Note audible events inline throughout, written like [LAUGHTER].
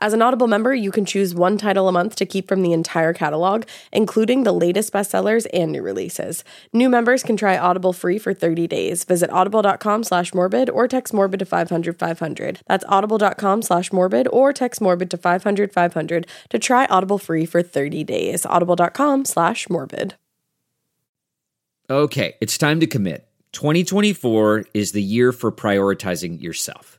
As an Audible member, you can choose one title a month to keep from the entire catalog, including the latest bestsellers and new releases. New members can try Audible free for 30 days. Visit audible.com slash morbid or text morbid to 500 500. That's audible.com slash morbid or text morbid to 500 500 to try Audible free for 30 days. audible.com slash morbid. Okay, it's time to commit. 2024 is the year for prioritizing yourself.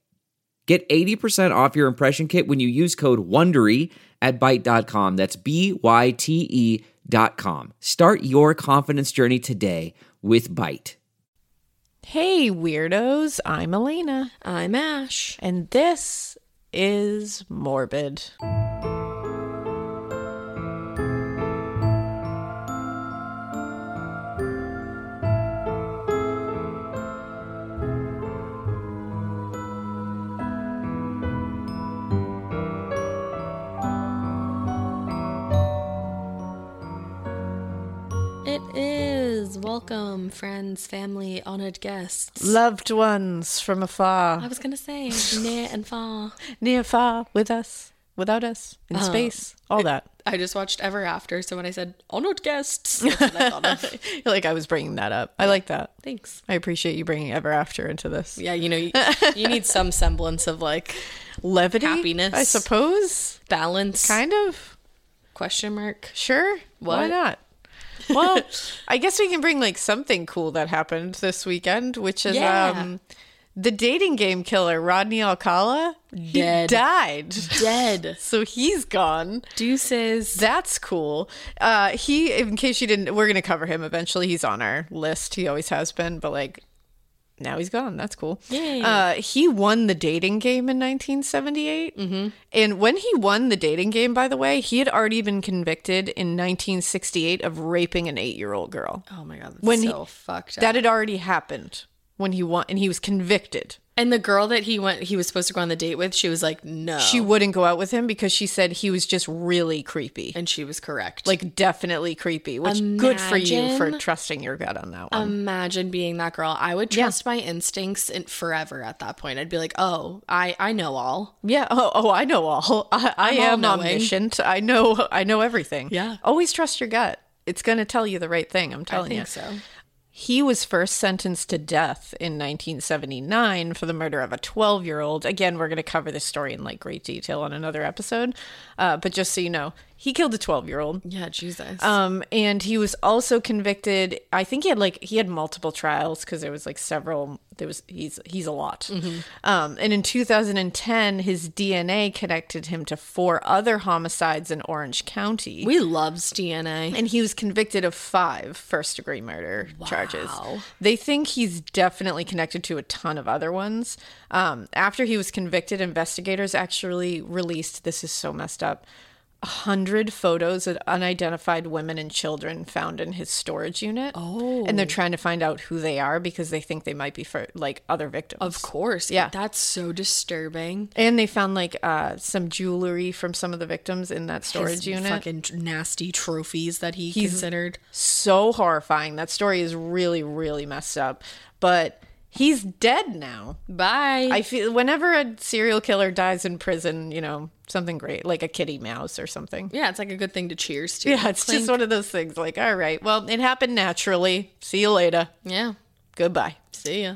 Get 80% off your impression kit when you use code WONDERY at Byte.com. That's B-Y-T-E E dot com. Start your confidence journey today with Byte. Hey, weirdos, I'm Elena, I'm Ash. and this is Morbid. It is. Welcome, friends, family, honored guests. Loved ones from afar, I was going to say near and far. near, far, with us, without us, in Oh. space, all that. [LAUGHS] I just watched Ever After, so when I said honored guests, that's what I thought of. [LAUGHS] like I was bringing that up. I like that. Thanks. I appreciate you bringing Ever After into this. Yeah, you know, you, you need some semblance of like Levity, Happiness. I suppose. balance. Kind of. Question mark. Sure. Why What? not? [LAUGHS] Well, I guess we can bring like something cool that happened this weekend, which is Yeah. um the dating game killer Rodney Alcala he Dead. died. Dead. [LAUGHS] So he's gone. Deuces. That's cool. Uh, he, in case you didn't, we're going to cover him eventually. He's on our list. He always has been, but like now he's gone. That's cool. Yay. Uh, he won the dating game in 1978. Mm-hmm. And when he won the dating game, by the way, he had already been convicted in 1968 of raping an eight year old girl. Oh my god, that's When he- so fucked up. That had already happened when he won, and he was convicted. and the girl that he went, he was supposed to go on the date with, she was like, no. She wouldn't go out with him because she said he was just really creepy. and she was correct. like definitely creepy which good for you for Imagine- trusting your gut on that one Imagine being that girl. I would trust my instincts in forever at that point. I'd be like, oh, I, I know all. yeah oh, oh i know all i, I all am knowing. omniscient i know i know everything Yeah. always trust your gut it's going to tell you the right thing i'm telling you so. he was first sentenced to death in 1979 for the murder of a 12 year old again we're going to cover this story in like great detail on another episode uh, but just so you know he killed a 12 year old Yeah, Jesus. Um, and he was also convicted. I think he had like he had multiple trials because there was like several. There was he's he's a lot. Um, and in 2010, his DNA connected him to four other homicides in Orange County. we loves DNA. and he was convicted of five first degree murder charges. Wow. They think he's definitely connected to a ton of other ones. Um, after he was convicted, investigators actually released this is so messed up hundred photos of unidentified women and children found in his storage unit. Oh, and they're trying to find out who they are because they think they might be for like other victims. Of course. Yeah. That's so disturbing. and they found like uh, some jewelry from some of the victims in that storage His unit. Fucking tr- nasty trophies that he considered. so horrifying. That story is really, really messed up. But he's dead now. Bye. I feel whenever a serial killer dies in prison, you know, something great, like a kitty mouse or something. yeah, it's like a good thing to cheers to. Yeah, it's just one of those things like, all right, well, it happened naturally. See you later. Yeah. Goodbye. See ya.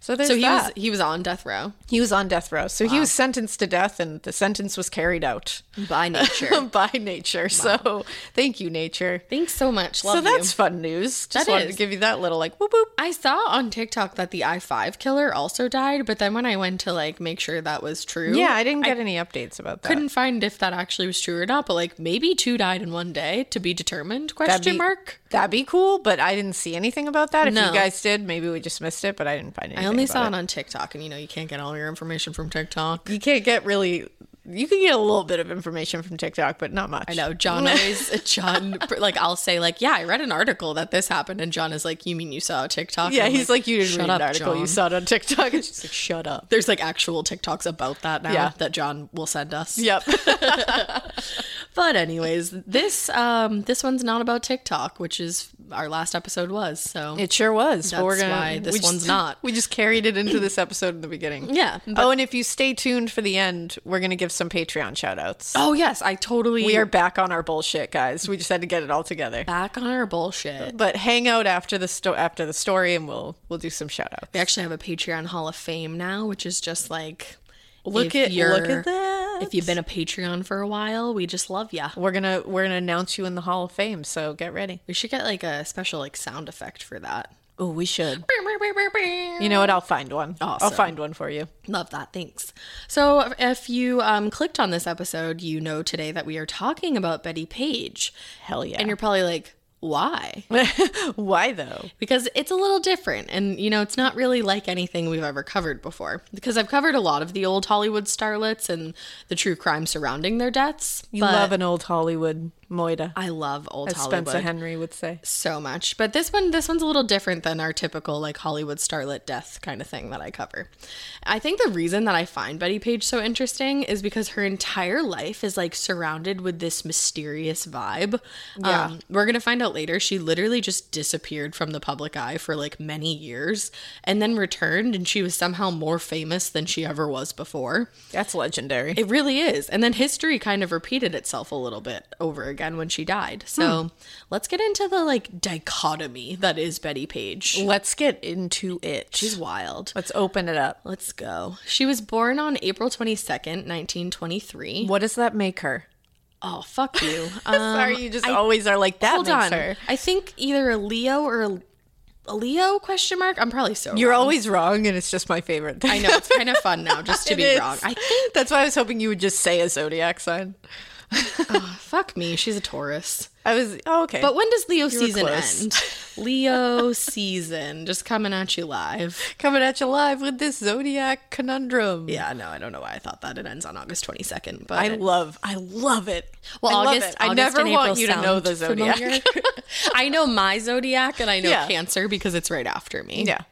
So there's So he that. was he was on death row he was on death row. So he was sentenced to death and the sentence was carried out [LAUGHS] by nature. by nature. So thank you, nature. Thanks so much. Love so that's you. fun news. Just That wanted is. to give you that little like whoop whoop. I saw on TikTok that the I five killer also died, but then when I went to like make sure that was true, Yeah, I didn't get any updates about that. couldn't find if that actually was true or not. But like maybe two died in one day to be determined? Question be- mark. That'd be cool, but I didn't see anything about that. If No. you guys did, maybe we just missed it, but I didn't find anything. I only about saw it. it on TikTok, and you know you can't get all your information from TikTok. You can't get really. You can get a little bit of information from TikTok, but not much. I know [LAUGHS] [LAUGHS] John always John like I'll say like yeah I read an article that this happened, and John is like you mean you saw a TikTok? Yeah, And I'm he's like, you didn't "Shut read up, an article. You John." saw it on [LAUGHS] TikTok, and she's like, shut up. There's like actual TikToks about that now Yeah. that John will send us. [LAUGHS] Yep. But anyways, this um this one's not about TikTok, which is our last episode was. So It sure was. but we're That's gonna, why this we just- one's not. [LAUGHS] We just carried it into this episode in the beginning. [LAUGHS] Yeah, but- oh, and if you stay tuned for the end, we're gonna give some Patreon shout outs. oh yes, I totally We are back on our bullshit, guys. We just had to get it all together. back on our bullshit. But hang out after the sto- after the story, and we'll we'll do some shout outs. We actually have a Patreon Hall of Fame now, which is just like Look at if look you're- at that. If you've been a Patreon for a while, we just love ya. we're gonna we're gonna announce you in the Hall of Fame, so get ready. We should get like a special like sound effect for that. Oh, we should. You know what? I'll find one. I'll Awesome. find one for you. [LAUGHS] Love that. Thanks. So, if you um, clicked on this episode, you know today that we are talking about Betty Page. Hell yeah. And you're probably like, why? Why though? because it's a little different and you know it's not really like anything we've ever covered before because i've covered a lot of the old hollywood starlets and the true crime surrounding their deaths You but love an old Hollywood moida, i love old as hollywood Spencer Henry would say. so much but this one this one's a little different than our typical like hollywood starlet death kind of thing that i cover i think the reason that i find betty page so interesting is because her entire life is like surrounded with this mysterious vibe yeah. um we're gonna find out later she literally just disappeared from the public eye for like many years and then returned and she was somehow more famous than she ever was before That's legendary. it really is. And then history kind of repeated itself a little bit over again when she died. So Hmm. let's get into the like dichotomy that is Betty Page. Let's get into it. She's wild. Let's open it up. Let's go. She was born on April 22nd, 1923. What does that make her? Oh, fuck you. [LAUGHS] Sorry, you just always are like that. Um, Hold makes on. her. I think either a Leo or a, a Leo question mark. I'm probably so You're wrong. always wrong, and it's just my [LAUGHS] favorite. Thing. I know it's kind of fun now just [LAUGHS] to It be is. wrong. I that's why I was hoping you would just say a zodiac sign. fuck me. She's a Taurus. I was oh, okay, But when does Leo season close. [LAUGHS] end? Leo season, just coming at you live. coming at you live with this zodiac conundrum. Yeah, no, I don't know why I thought that it ends on August 22nd, but I love, I love it. well, I love August, it. I August never and want April you to know sound the zodiac. familiar. [LAUGHS] I know my zodiac and I know Yeah. Cancer because it's right after me. [LAUGHS] yeah,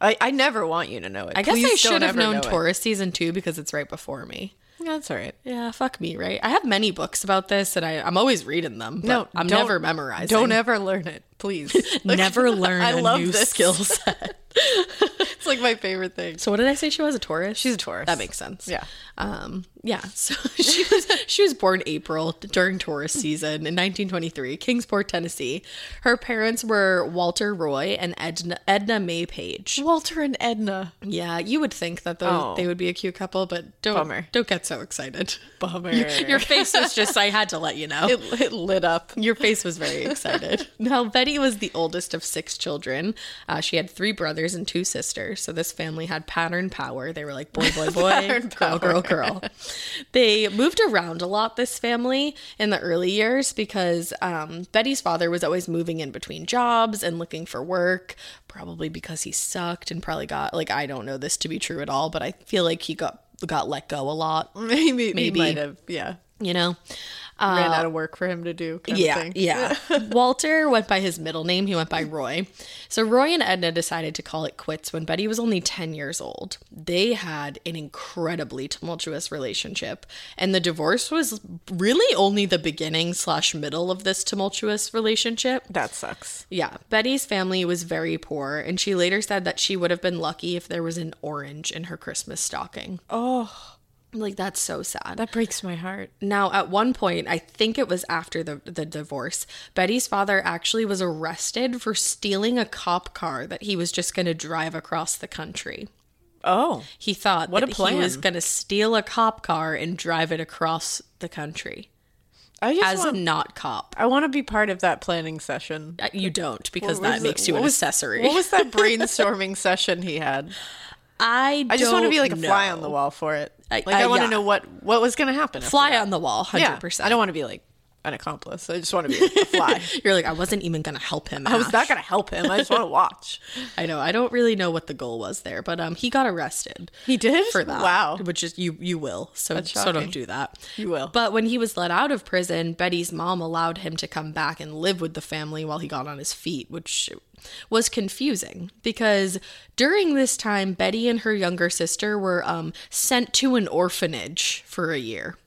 I, I never want you to know it. I guess Please I don't should have ever know known it. Taurus season 2 because it's right before me. That's all right. Yeah, fuck me, right? I have many books about this and I, I'm always reading them, but No, I'm don't- never memorizing. Don't ever learn it, please. [LAUGHS] never learn I a love new this. skill [LAUGHS] set. it's like my favorite thing. So what did I say she was a Taurus? She's a Taurus. That makes sense. Yeah. Um, yeah. [LAUGHS] So she was she was born April during Taurus season in 1923, Kingsport, Tennessee. Her parents were Walter Roy and Edna, Edna May Page. Walter and Edna. Yeah, you would think that those, Oh. they would be a cute couple, but don't Bummer. don't get so excited. Bummer. [LAUGHS] Your face was just I had to let you know. it, it lit up. Your face was very excited. [LAUGHS] now, Betty was the oldest of six children. Uh, she had three brothers and two sisters. So this family had pattern power. They were like boy, boy, [LAUGHS] boy, Pattern girl, girl, girl. They moved around a lot, this family, in the early years because um, Betty's father was always moving in between jobs and looking for work, probably because he sucked and probably got, like, I don't know this to be true at all, but I feel like he got got let go a lot [LAUGHS] Maybe, Maybe. He might have. Yeah. you know? Um, Ran out of work for him to do. kind of Yeah, thing. yeah. Walter went by his middle name. He went by Roy. So Roy and Edna decided to call it quits when Betty was only 10 years old. They had an incredibly tumultuous relationship, and the divorce was really only the beginning slash middle of this tumultuous relationship. That sucks. Yeah, Betty's family was very poor, and she later said that she would have been lucky if there was an orange in her Christmas stocking. Oh, like that's so sad. That breaks my heart. Now, at one point, I think it was after the, the divorce, Betty's father actually was arrested for stealing a cop car that he was just going to drive across the country. Oh. He thought What a that he was plan. going to steal a cop car and drive it across the country I just as a want, not cop. I want to be part of that planning [LAUGHS] session. Uh, You don't because What that was makes it- you what an was- accessory. What was that brainstorming session he had? [LAUGHS] I I just want to be like a don't fly know. on the wall for it. I- Like I, I- want to yeah. know what what was going to happen. after Fly that. on the wall, hundred Yeah, percent. I don't want to be like an accomplice. I just want to be a [LAUGHS] fly. You're like I wasn't even gonna help him. I was Ash. not going to help him. I just want to watch. I know. I don't really know what the goal was there, but um, he got arrested. He did? for that. Wow. which is you you will. So That's so don't shocking. do that. You will. But when he was let out of prison, Betty's mom allowed him to come back and live with the family while he got on his feet, which was confusing because during this time, Betty and her younger sister were um sent to an orphanage for a year.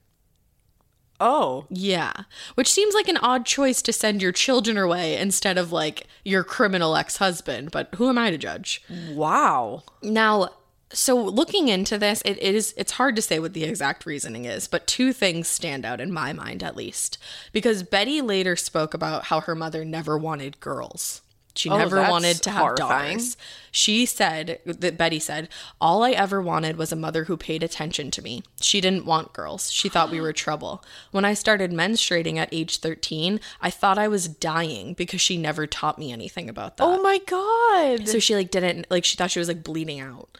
Oh, Yeah. Which seems like an odd choice to send your children away instead of like your criminal ex husband, but who am I to judge? wow. Now, so looking into this, it, it is it's hard to say what the exact reasoning is, but two things stand out in my mind at least. Because Betty later spoke about how her mother never wanted girls. She Oh, never that's wanted to have horrifying. daughters. She said that Betty said, "All I ever wanted was a mother who paid attention to me. She didn't want girls. She [GASPS] thought we were trouble. When I started menstruating at age 13, I thought I was dying because she never taught me anything about that." Oh my god. so she like didn't like she thought she was like bleeding out.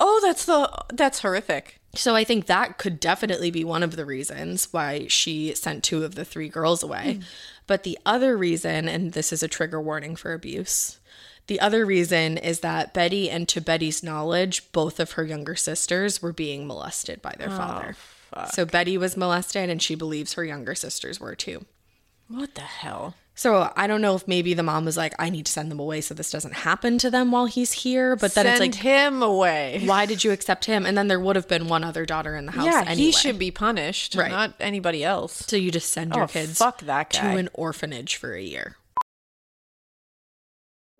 Oh, that's the that's horrific. So I think that could definitely be one of the reasons why she sent two of the three girls Hmm. away. But the other reason, and this is a trigger warning for abuse, the other reason is that Betty and to Betty's knowledge, both of her younger sisters were being molested by Oh, their father. So Betty was molested and she believes her younger sisters were too. What the hell? So I don't know if maybe the mom was like, I need to send them away so this doesn't happen to them while he's here. But then Send it's like him away. why did you accept him? And then there would have been one other daughter in the house. Yeah, anyway. he should be punished, Right. not anybody else. So you just send your Oh, kids fuck that guy. to an orphanage for a year.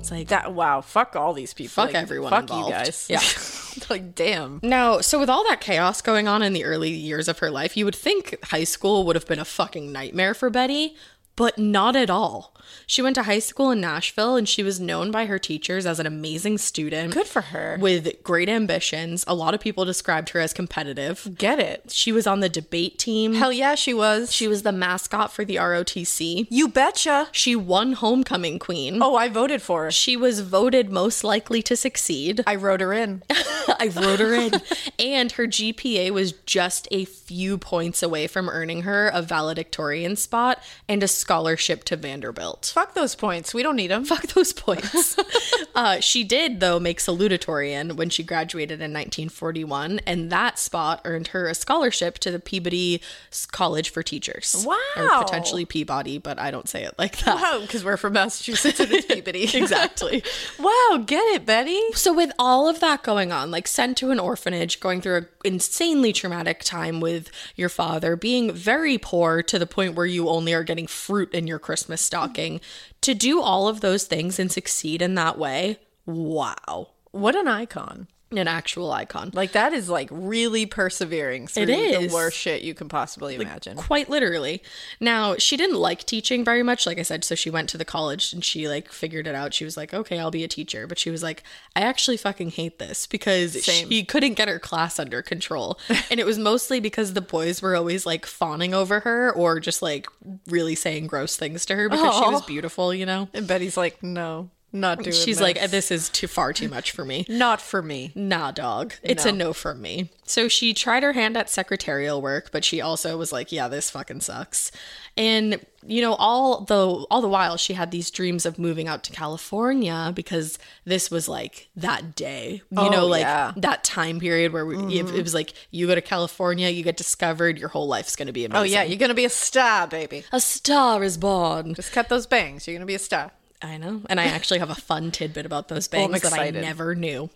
It's like That wow, fuck all these people. Fuck Like, everyone Fuck involved. you guys. Yeah. [LAUGHS] like damn. Now, so with all that chaos going on in the early years of her life, you would think high school would have been a fucking nightmare for Betty, but not at all. She went to high school in Nashville and she was known by her teachers as an amazing student. Good for her. With great ambitions. A lot of people described her as competitive. Get it. She was on the debate team. Hell yeah, she was. She was the mascot for the ROTC. You betcha. She won homecoming queen. Oh, I voted for her. She was voted most likely to succeed. I wrote her in. [LAUGHS] I wrote her in. [LAUGHS] and her GPA was just a few points away from earning her a valedictorian spot and a scholarship to Vanderbilt. Fuck those points. We don't need them. Fuck those points. [LAUGHS] uh, she did, though, make salutatorian when she graduated in 1941, and that spot earned her a scholarship to the Peabody S- College for Teachers. Wow. Or potentially Peabody, but I don't say it like that. Wow, because we're from Massachusetts and it's Peabody. [LAUGHS] [LAUGHS] Exactly. Wow, get it, Betty. So with all of that going on, like sent to an orphanage, going through an insanely traumatic time with your father, being very poor to the point where you only are getting fruit in your Christmas stocking, to do all of those things and succeed in that way, wow. What an icon. An actual icon. Like that is like really persevering through It is. the worst shit you can possibly imagine. quite literally now she didn't like teaching very much like i said so she went to the college and she like figured it out she was like okay i'll be a teacher but she was like i actually fucking hate this because Same. she couldn't get her class under control and it was mostly because the boys were always like fawning over her or just like really saying gross things to her because she was beautiful you know and Betty's like, no. Not doing She's this. like, this is too far too much for me. not for me. Nah, dog. It's a no from me. So she tried her hand at secretarial work, but she also was like, yeah, this fucking sucks. And you know, all the all the while she had these dreams of moving out to California because this was like that day. You know, like Oh, yeah. Mm-hmm. that time period where we, it, it was like you go to California, you get discovered, your whole life's going to be amazing. Oh yeah, you're gonna be a star, baby. A star is born. Just cut those bangs. You're gonna be a star. I know. And I actually have a fun tidbit [LAUGHS] about those I'm bangs that I excited. never knew.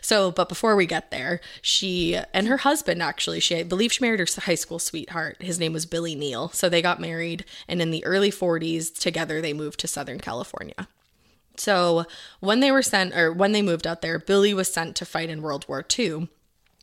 So, but before we get there, she and her husband actually, she I believe she married her high school sweetheart. His name was Billy Neal. So they got married and in the early 40s together they moved to Southern California. So, when they were sent or when they moved out there, Billy was sent to fight in World War II.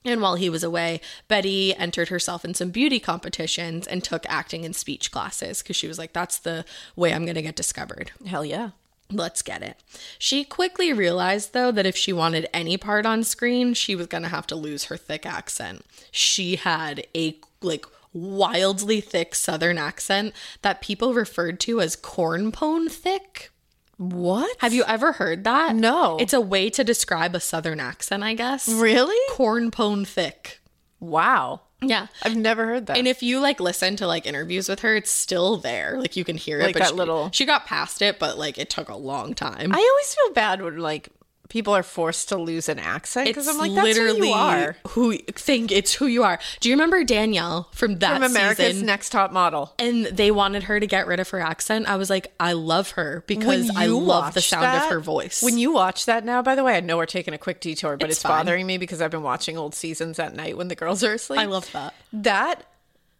And while he was away, Betty entered herself in some beauty competitions and took acting and speech classes because she was like, that's the way I'm going to get discovered. Hell yeah. Let's get it. She quickly realized, though, that if she wanted any part on screen, she was going to have to lose her thick accent. She had a, like, wildly thick southern accent that people referred to as cornpone thick. What? Have you ever heard that? No. It's a way to describe a southern accent, I guess. really? Cornpone thick. Wow. Yeah. I've never heard that. And if you like listen to like interviews with her, it's still there. Like you can hear it. Like that she, little- She got past it, but like it took a long time. I always feel bad when like people are forced to lose an accent because I'm like, that's who you are. who think it's who you are. Do you remember Danielle from that From America's season? Next Top Model. and they wanted her to get rid of her accent. I was like, I love her because I love the watch sound that- of her voice. When you watch that now, by the way, I know we're taking a quick detour, but It's it's, fine. bothering me because I've been watching old seasons at night when the girls are asleep. I love that. that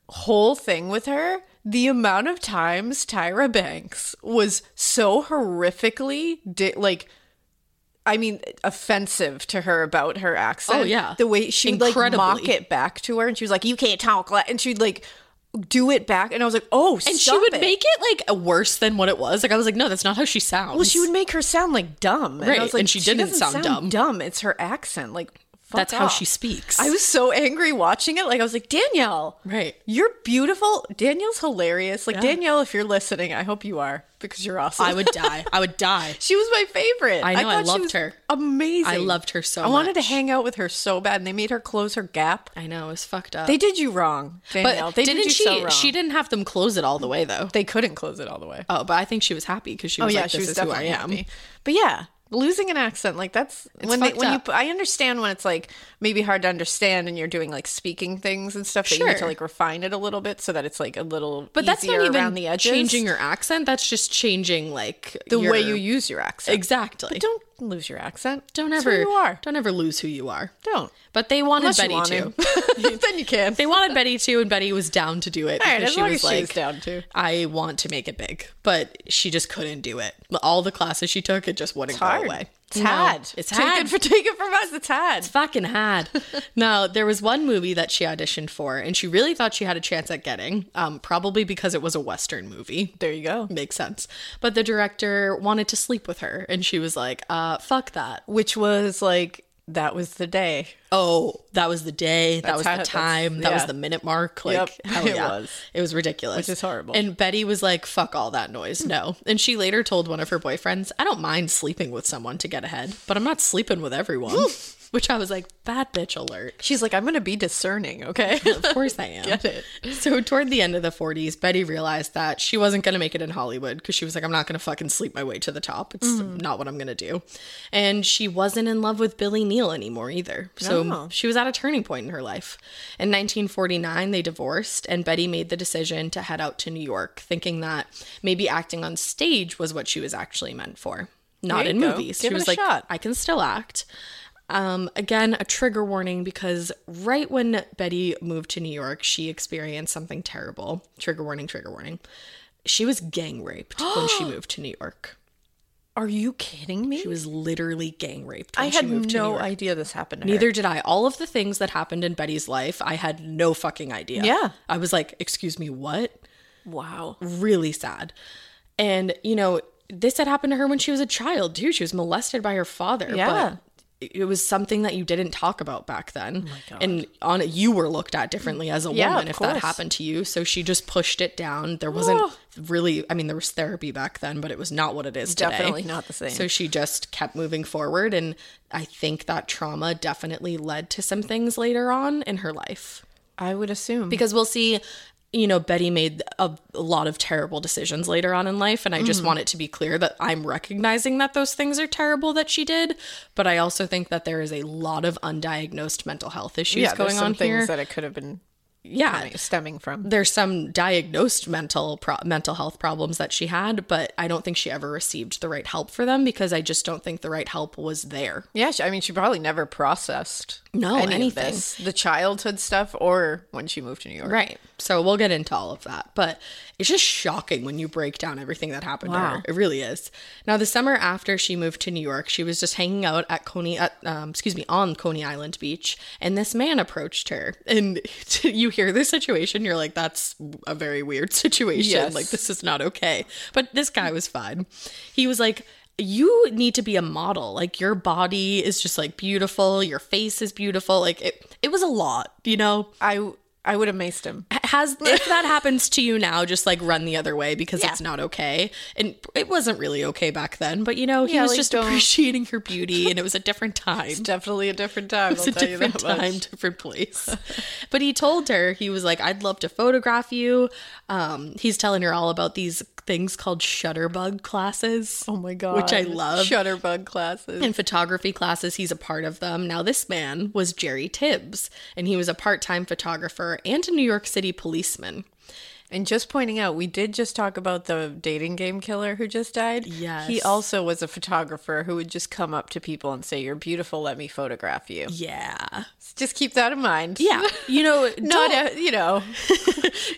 whole thing with her. The amount of times Tyra Banks was so horrifically di- like. I mean, offensive to her about her accent. Oh, yeah. the way she would, like Incredibly. mock it back to her, and she was like, "You can't talk," like, and she'd like do it back, and I was like, "Oh," and she stop would it. make it like worse than what it was. Like I was like, no, that's not how she sounds. Well, she would make her sound like dumb. And, Right, I was like, and she didn't doesn't sound dumb." Dumb. It's her accent. Like fuck That's how off. she speaks. I was so angry watching it. Like I was like, Danielle, Right. You're beautiful. Danielle's hilarious. Like Danielle, if you're listening, I hope you are because you're awesome. [LAUGHS] I would die. I would die. She was my favorite. I know, I thought she loved was her. Amazing. I loved her so I wanted to much. hang out with her so bad, and they made her close her gap. I know it was fucked up. They did you wrong, Danielle. but they didn't did you she? so wrong. She didn't have them close it all the way though. They couldn't close it all the way. Oh, but I think she was happy because she Oh was yeah, like, she "This was is who I definitely am." happy. But yeah, losing an accent like that's when they, fucked when up. you I understand when it's like maybe hard to understand and you're doing like speaking things and stuff that you need to Sure. like refine it a little bit so that it's like a little But that's not easier even around the edges. changing your accent. That's just changing like the your- way you use your accent. exactly. But don't lose your accent. don't It's ever who you are. Don't ever lose who you are. Don't. But they wanted Unless you Betty want to. [LAUGHS] to. [LAUGHS] then you can. They wanted Betty to, and Betty was down to do it All right, because as she long was as she like, was down to. "I want to make it big," but she just couldn't do it. All the classes she took, it just wouldn't It's go hard. away. It's No, hard. It's Take hard. it, for, take it from us. It's hard. fucking had. [LAUGHS] now, there was one movie that she auditioned for, and she really thought she had a chance at getting, um, probably because it was a Western movie. There you go. Makes sense. But the director wanted to sleep with her, and she was like, uh, fuck that. Which was like that was the day. Oh, that was the day. That That's was how- the that's- time. That was yeah. the minute mark. Like, [LAUGHS] Yep, hell it yeah. was. It was ridiculous. Which is horrible. And Betty was like, fuck all that noise. No. And she later told one of her boyfriends, I don't mind sleeping with someone to get ahead, but I'm not sleeping with everyone. [LAUGHS] Which I was like, bad bitch alert. She's like, I'm gonna be discerning, okay? [LAUGHS] Of course I am. Get it. So toward the end of the 40s, Betty realized that she wasn't going to make it in Hollywood because she was like, I'm not going to fucking sleep my way to the top. It's Mm-hmm. not what I'm going to do. And she wasn't in love with Billy Neal anymore either. So she was at a turning point in her life. In 1949, they divorced, and Betty made the decision to head out to New York, thinking that maybe acting on stage was what she was actually meant for. Not There in you go. movies. Give it she was a like, shot. I can still act. Um, again, a trigger warning because right when Betty moved to New York, she experienced something terrible. Trigger warning, trigger warning. She was gang raped [GASPS] when she moved to New York. Are you kidding me? She was literally gang raped. When I she had moved to New no York. idea this happened. To her. Neither did I. All of the things that happened in Betty's life, I had no fucking idea. Yeah. I was like, excuse me, what? Wow. really sad. And, you know, this had happened to her when she was a child, too. She was molested by her father. Yeah. Oh But it was something that you didn't talk about back then, and on it you were looked at differently as a Yeah, woman of if that course. happened to you. So she just pushed it down. There wasn't really, I mean, there was therapy back then, but it was not what it is today. Definitely not the same. So she just kept moving forward, and I think that trauma definitely led to some things later on in her life I would assume because we'll see you know betty made a, a lot of terrible decisions later on in life and i Mm. just want it to be clear that i'm recognizing that those things are terrible that she did but i also think that there is a lot of undiagnosed mental health issues yeah, going there's some on things here that it could have been yeah stemming from. there's some diagnosed mental pro- mental health problems that she had but i don't think she ever received the right help for them because i just don't think the right help was there Yeah, she, I mean, she probably never processed No, any of anything. this, the childhood stuff, or when she moved to New York. Right. So we'll get into all of that. But it's just shocking when you break down everything that happened to her. It really is. Now, the summer after she moved to New York, she was just hanging out at Coney, at, um, excuse me, on Coney Island Beach. And this man approached her. And [LAUGHS] you hear this situation, you're like, that's a very weird [LAUGHS] situation. Yes. Like, this is not okay. But this guy was fine. He was like, you need to be a model. Like your body is just like beautiful, your face is beautiful. Like it it was a lot, you know? I I would have maced him. [LAUGHS] has if that happens to you now just like run the other way because it's not okay and it wasn't really okay back then but you know he Yeah, was like, just don't- appreciating her beauty and it was a different time [LAUGHS] Definitely a different time. it's a different time different place but he told her he was like i'd love to photograph you um he's telling her all about these things called shutterbug classes Oh my god, which i love Shutterbug classes. in photography classes. He's a part of them. Now, this man was Jerry Tibbs, and he was a part time photographer and a New York City policeman. And just pointing out, we did just talk about the dating game killer who just died. Yes. He also was a photographer who would just come up to people and say, You're beautiful, let me photograph you. Yeah. Just keep that in mind. Yeah. You know, [LAUGHS] Not, not, a, you know,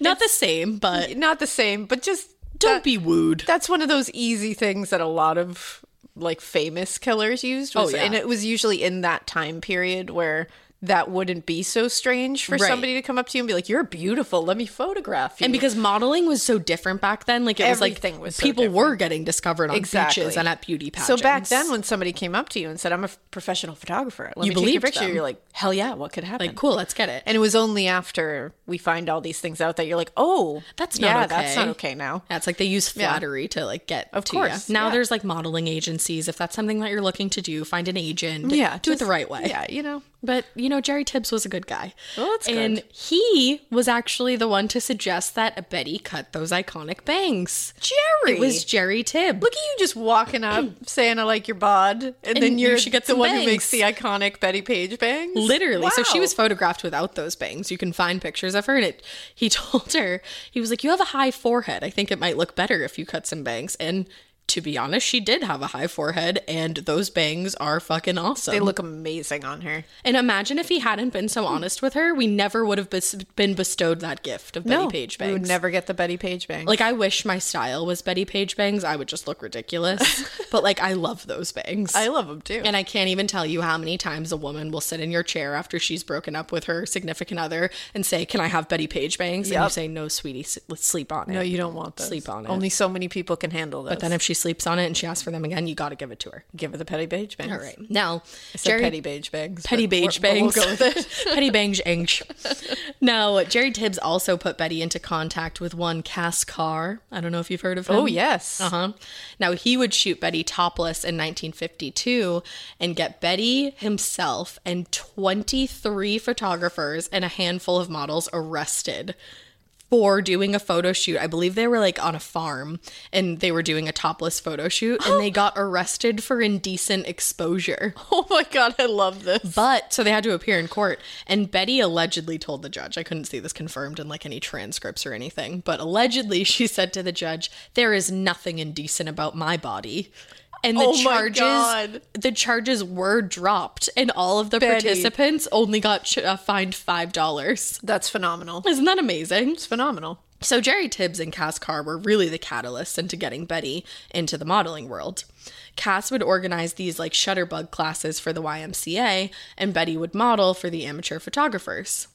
not the same, but not the same, but just don't that- be wooed. That's one of those easy things that a lot of like famous killers used. Was, Oh, yeah. And it was usually in that time period where that wouldn't be so strange for Right. somebody to come up to you and be like, You're beautiful, let me photograph you. And because modeling was so different back then, like it was Everything like was so people different. were getting discovered on beaches and at beauty pageants. So back then, when somebody came up to you and said, "I'm a f- professional photographer," let You me take a believed picture. them. You're like, "Hell yeah, what could happen?" like, cool, let's get it. And it was only after we find all these things out that you're like, "Oh, That's not yeah, okay. that's not okay now." That's like they use flattery to like get Of to course, You. Now yeah. there's like modeling agencies. If that's something that you're looking to do, find an agent. Yeah, do just- it the right way. Yeah, you know, But you know, Jerry Tibbs was a good guy. Well, that's good. and he was actually the one to suggest that Betty cut those iconic bangs. Jerry It was Jerry Tibbs. Look at you just walking [CLEARS THROAT] up saying, "I like your bod," and, then you you're should get the some one who makes the bangs. iconic Betty Page bangs. Literally. So she Wow. was photographed without those bangs. You can find pictures of her. And it, he [LAUGHS] told her, he was like, You have a high forehead. I think it might look better if you cut some bangs. And to be honest, she did have a high forehead, and those bangs are fucking awesome. They look amazing on her. and imagine if he hadn't been so honest with her, we never would have bes- been bestowed that gift of Betty Page bangs. we would never get the Betty Page bangs. Like I wish my style was Betty Page bangs. I would just [LAUGHS] look ridiculous. but like I love those bangs. I love them too. and I can't even tell you how many times a woman will sit in your chair after she's broken up with her significant other and say, "Can I have Betty Page bangs?" And you Yep. say, "No, sweetie, s- let's sleep on it." no, you don't want those. Sleep on it. Only so many people can handle those. But then if she sleeps on it and she asks for them again, you got to give it to her. give her the Betty Page bangs. All right. Now, So Jerry petty beige bangs. Petty but we're- Beige but we'll Bangs. go with [LAUGHS] it. Petty Bangs Angs. No, Jerry Tibbs also put Betty into contact with one Cass Carr. I don't know if you've heard of him. Oh yes. Uh huh. Now he would shoot Betty topless in 1952 and get Betty himself and 23 photographers and a handful of models arrested for doing a photo shoot. I believe they were like on a farm and they were doing a topless photo shoot [GASPS] and they got arrested for indecent exposure. Oh my god, I love this. But so they had to appear in court, and Betty allegedly told the judge. I couldn't see this confirmed in like any transcripts or anything, but allegedly [LAUGHS] she said to the judge, "There is nothing indecent about my body." And the Oh my charges, God. the charges were dropped, and all of the Betty. participants only got ch- uh, fined five dollars. That's phenomenal. Isn't that amazing? It's phenomenal. So Jerry Tibbs and Cass Carr were really the catalysts into getting Betty into the modeling world. Cass would organize these like shutterbug classes for the YMCA, and Betty would model for the amateur photographers.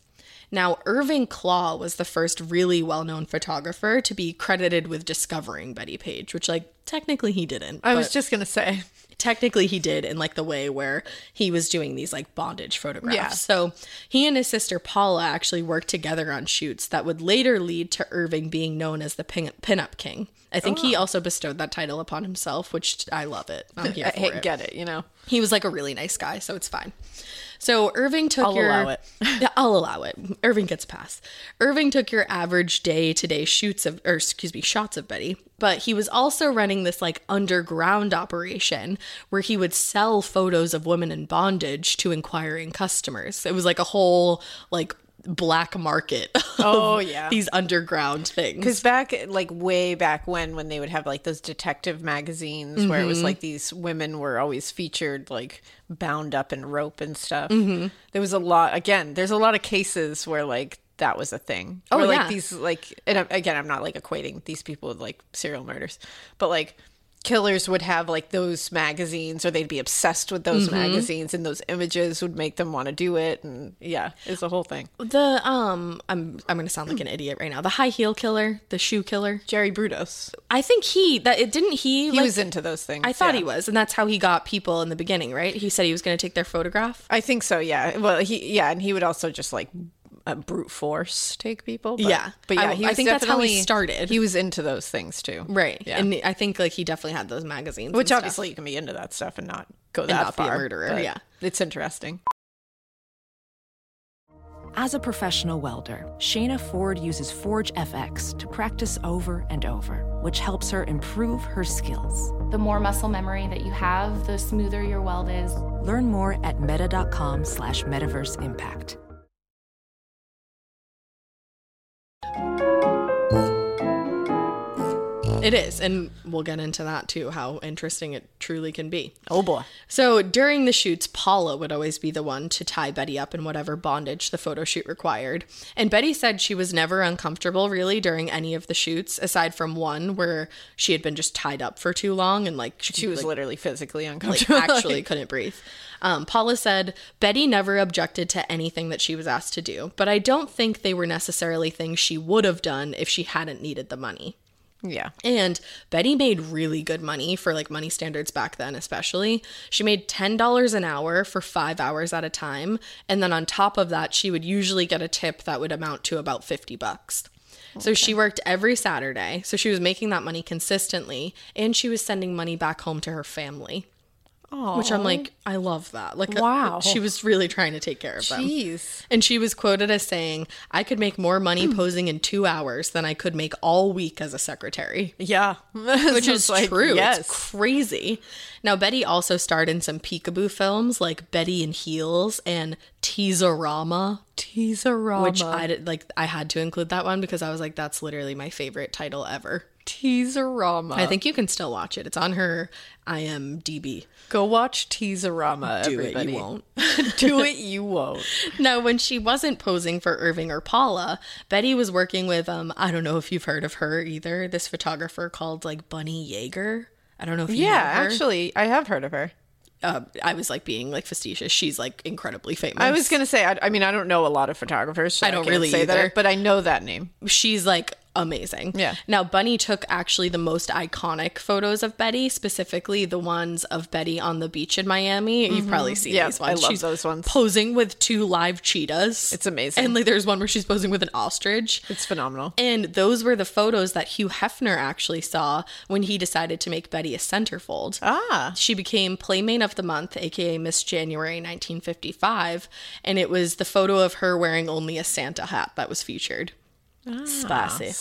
Now, Irving Claw was the first really well known photographer to be credited with discovering Betty Page, which, like, technically he didn't. I was but- just gonna say. technically he did in like the way where he was doing these like bondage photographs. Yeah. So he and his sister Paula actually worked together on shoots that would later lead to Irving being known as the pin- pinup king. I think he also bestowed that title upon himself, which I love it. I'm here Oh. [LAUGHS] I for hate it. get it, you know. He was like a really nice guy, so it's fine. So Irving took I'll your allow it. [LAUGHS] yeah, I'll allow it. Irving gets a pass. Irving took your average day to day shoots of or excuse me, shots of Betty, but he was also running this like underground operation where he would sell photos of women in bondage to inquiring customers. It was like a whole like black market. of Oh, yeah. These underground things. Because back, like way back when, when they would have like those detective magazines where it Mm-hmm. was like these women were always featured, like bound up in rope and stuff. Mm-hmm. There was a lot. Again, there's a lot of cases where like that was a thing. Oh, Or, like yeah. these like, and I'm- again, I'm not like equating these people with like serial murders, but like killers would have like those magazines or they'd be obsessed with Mm-hmm. those magazines and those images would make them want to do it and yeah it's a whole thing the um I'm I'm gonna sound like an idiot right now. The high heel killer, the shoe killer. jerry brutos I think he that it didn't he, he was into those things I thought yeah. he was, and that's how he got people in the beginning, right? He said he was going to take their photograph. I think so. Yeah. Well, he yeah, and he would also just like uh, brute force take people. But, Yeah. but yeah, I- he I was think that's how he definitely- started. He was into those things too, Right. Yeah. And I think like he definitely had those magazines. Which and stuff. obviously you can be into that stuff and not go that not be a far. murderer, but yeah. it's interesting. As a professional welder, Shayna Ford uses Forge FX to practice over and over, which helps her improve her skills. The more muscle memory that you have, the smoother your weld is. Learn more at meta.com slash metaverse impact. it is, and we'll get into that too. How interesting it truly can be. Oh boy. So during the shoots, Paula would always be the one to tie Betty up in whatever bondage the photo shoot required. And Betty said she was never uncomfortable really during any of the shoots, aside from one where she had been just tied up for too long and like She was literally physically like uncomfortable. [LAUGHS] actually couldn't breathe. Um, Paula said Betty never objected to anything that she was asked to do, but I don't think they were necessarily things she would have done if she hadn't needed the money. yeah. And Betty made really good money for like money standards back then, especially. She made $10 an hour for five hours at a time. And then on top of that, she would usually get a tip that would amount to about 50 bucks. So she worked every Saturday. So she was making that money consistently and she was sending money back home to her family. Which I'm like, I love that. Like, uh, Wow. she was really trying to take care of them. Jeez. Hmm. And she was quoted as saying, I could make more money posing in two hours than I could make all week as a secretary Yeah. which So is [LAUGHS] it's like, true. Yes. It's crazy. Now Betty also starred in some peekaboo films like Betty in Heels and Teaserama, Teaserama. which I did, like. I had to include that one because I was like, that's literally my favorite title ever. Teaserama. I think you can still watch it. It's on her IMDb. go watch Teaserama. Do it, everybody. you won't. [LAUGHS] [LAUGHS] Do it. You won't. Now, when she wasn't posing for Irving or Paula, Betty was working with um. I don't know if you've heard of her either. This photographer called like Bunny Yeager. I don't know if you Yeah. know her. Actually, I have heard of her. uh, I was like being like facetious. She's like incredibly famous. I was gonna say. I, I mean, I don't know a lot of photographers. So I don't can't really say either. that, but I know that name. she's like amazing. Yeah. Now Bunny took actually the most iconic photos of Betty, specifically the ones of Betty on the beach in Miami. You've probably seen Mm-hmm. Yeah, these I ones. love she's those ones. Posing with two live cheetahs. It's amazing. And like there's one where she's posing with an ostrich. It's phenomenal. And those were the photos that Hugh Hefner actually saw when he decided to make Betty a centerfold. Ah. She became Playmate of the Month, aka Miss January 1955, and it was the photo of her wearing only a Santa hat that was featured. Ah. Spicy.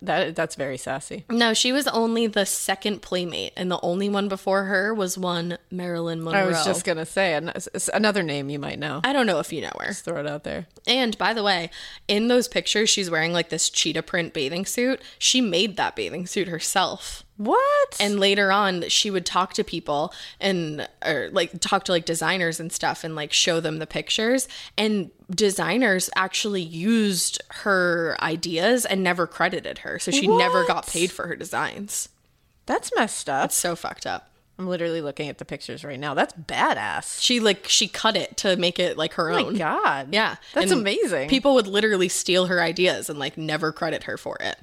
That that's very sassy. No, she was only the second Playmate, and the only one before her was one Marilyn Monroe. I was just gonna say an, s- another name you might know. I don't know if you know her. Just throw it out there. And by the way, in those pictures, she's wearing like this cheetah print bathing suit. She made that bathing suit herself. What? And and later on she would talk to people and or like talk to like designers and stuff and like show them the pictures and designers actually used her ideas and never credited her so she never got paid for her designs that's messed up. so fucked up I'm literally looking at the pictures right now. That's badass. She like she cut it to make it like her Oh own. my god. Yeah. That's And amazing. People would literally steal her ideas and like never credit her for it.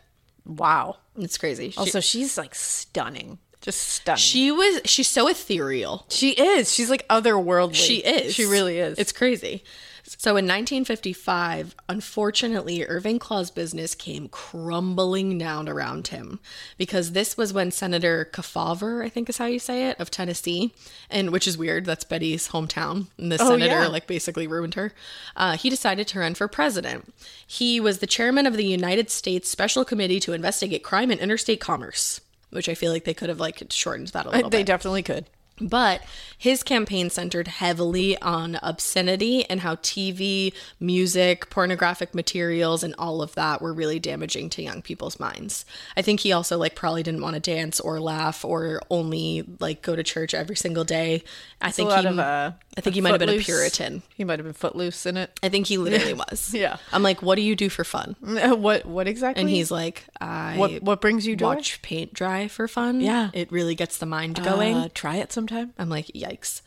wow. It's crazy. She, Also, she's like stunning. Just stunning. she was she's so ethereal. she is. She's like otherworldly. She is. She really is. It's crazy. So in 1955, unfortunately, Irving Claw's business came crumbling down around him because this was when Senator Kefauver, I think is how you say it, of Tennessee, and which is weird. That's Betty's hometown, and this senator Oh, yeah. like basically ruined her. Uh, he decided to run for president. He was the chairman of the United States Special Committee to investigate crime and interstate commerce, which I feel like they could have like shortened that a little they bit. definitely could. But his campaign centered heavily on obscenity and how TV, music, pornographic materials, and all of that were really damaging to young people's minds. I think he also, like, probably didn't want to dance or laugh or only, like, go to church every single day. I think lot he, of, uh, I think he might have been a Footloose. Puritan. He might have been footloose in it. I [LAUGHS] think he literally was. Yeah. I'm like, what do you do for fun? [LAUGHS] what? What exactly? And he's like, I what? What brings you joy? watch uh, paint dry for fun. Yeah. Uh, It really gets the mind going. Going. Try it sometime. I'm like, yikes.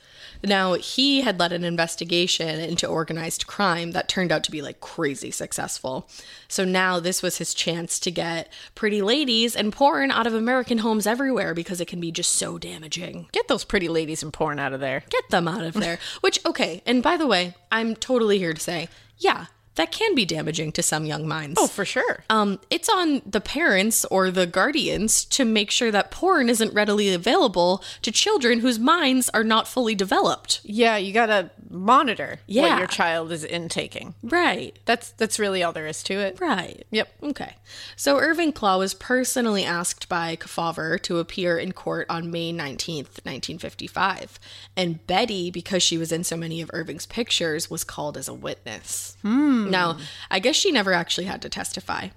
Now, he had led an investigation into organized crime that turned out to be like crazy successful. So now this was his chance to get pretty ladies and porn out of American homes everywhere because it can be just so damaging. Get those pretty ladies and porn out of there. Get them out [LAUGHS] of there. Which, okay, and by the way, I'm totally here to say, yeah, that can be damaging to some young minds. Oh, for sure. Um, it's on the parents or the guardians to make sure that porn isn't readily available to children whose minds are not fully developed. yeah, you gotta monitor what Yeah. your child is intaking. Right. That's that's really all there is to it. Right. Yep. Okay. So Irving Claw was personally asked by Kefauver to appear in court on May 19th, 1955. And Betty, because she was in so many of Irving's pictures, was called as a witness. Now, I guess she never actually had to testify.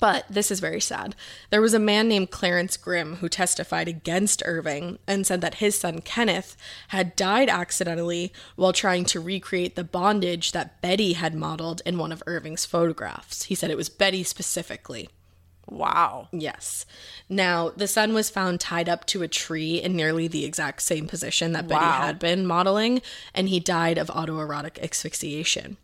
But this is very sad. There was a man named Clarence Grimm who testified against Irving and said that his son Kenneth had died accidentally while trying to recreate the bondage that Betty had modeled in one of Irving's photographs. He said it was Betty specifically. Wow. Yes. Now, the son was found tied up to a tree in nearly the exact same position that Betty had been modeling, and he died of autoerotic asphyxiation.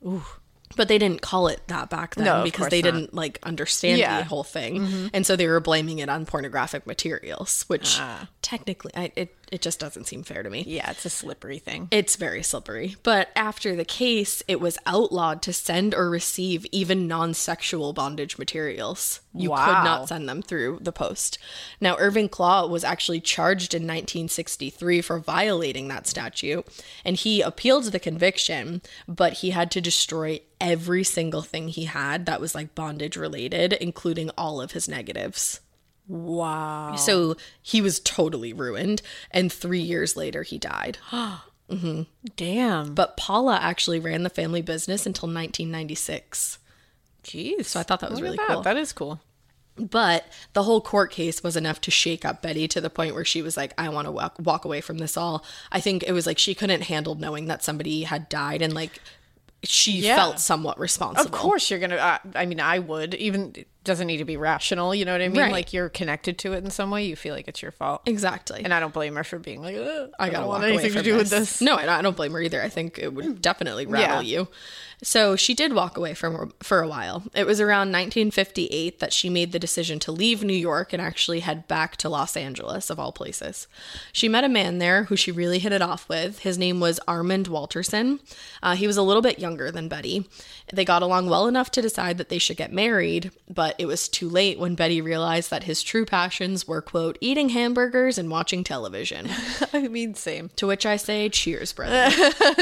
But they didn't call it that back then No, of because course they not. didn't like understand Yeah. Mm-hmm. the whole thing, and so they were blaming it on pornographic materials, which technically, I, it it just doesn't seem fair to me. Ah. Yeah, it's a slippery thing. It's very slippery. But after the case, it was outlawed to send or receive even non sexual bondage materials. You could Wow. not send them through the post. Now, Irving Claw was actually charged in 1963 for violating that statute, and he appealed the conviction, but he had to destroy every single thing he had that was like bondage related, including all of his negatives. Wow. So he was totally ruined, and three years later, he died. Damn. But Paula actually ran the family business until 1996. Jeez. So I thought that was really cool. That is cool. But the whole court case was enough to shake up Betty to the point where she was like, I want to walk, walk away from this all. I think it was like she couldn't handle knowing that somebody had died and like she Yeah. felt somewhat responsible. Of course, you're gonna. Uh, I mean, I would. Even it doesn't need to be rational. You know what I mean? Right. Like you're connected to it in some way. You feel like it's your fault. Exactly. And I don't blame her for being like, Ugh, I gotta don't walk want away anything from to do with this. No, I I don't blame her either. I think it would definitely rattle Yeah. you. So she did walk away from for a while. It was around 1958 that she made the decision to leave New York and actually head back to Los Angeles, of all places. She met a man there who she really hit it off with. His name was Armand Walterson. Uh, he was a little bit younger than Betty. They got along well enough to decide that they should get married, but it was too late when Betty realized that his true passions were quote eating hamburgers and watching television. [LAUGHS] I mean, same. To which I say, [LAUGHS] cheers, brother.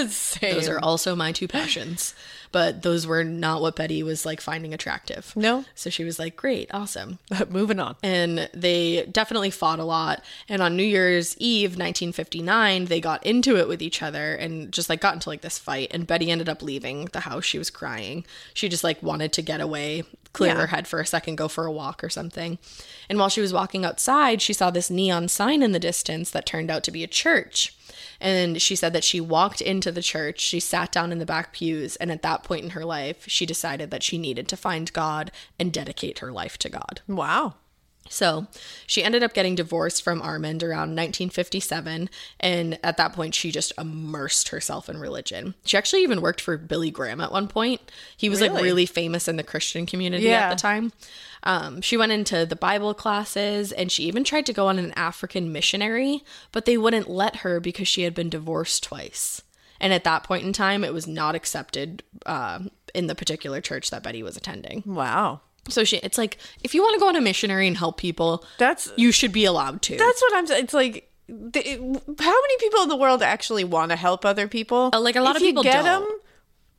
Those are also my two passions. But those were not what Betty was like finding attractive. No. So she was like, great, awesome. [LAUGHS] Moving on. And they definitely fought a lot. And on New Year's Eve, 1959, they got into it with each other and just like got into like this fight. And Betty ended up leaving the house. She was crying. She just like wanted to get away, clear her head for a second, go for a walk or something. And while she was walking outside, she saw this neon sign in the distance that turned out to be a church. And she said that she walked into the church, she sat down in the back pews, and at that point in her life, she decided that she needed to find God and dedicate her life to God. Wow. So she ended up getting divorced from Armand around 1957. And at that point, she just immersed herself in religion. She actually even worked for Billy Graham at one point. He was like Really? really famous in the Christian community Yeah. at the time. Um, she went into the Bible classes and she even tried to go on an African missionary, but they wouldn't let her because she had been divorced twice. And at that point in time, it was not accepted uh, in the particular church that Betty was attending. Wow. So she, it's like if you want to go on a missionary and help people, That's- you should be allowed to. That's what I'm saying. It's like, the, it- how many people in the world actually want to help other people? Uh, like, a lot If of you people get don't. 'em,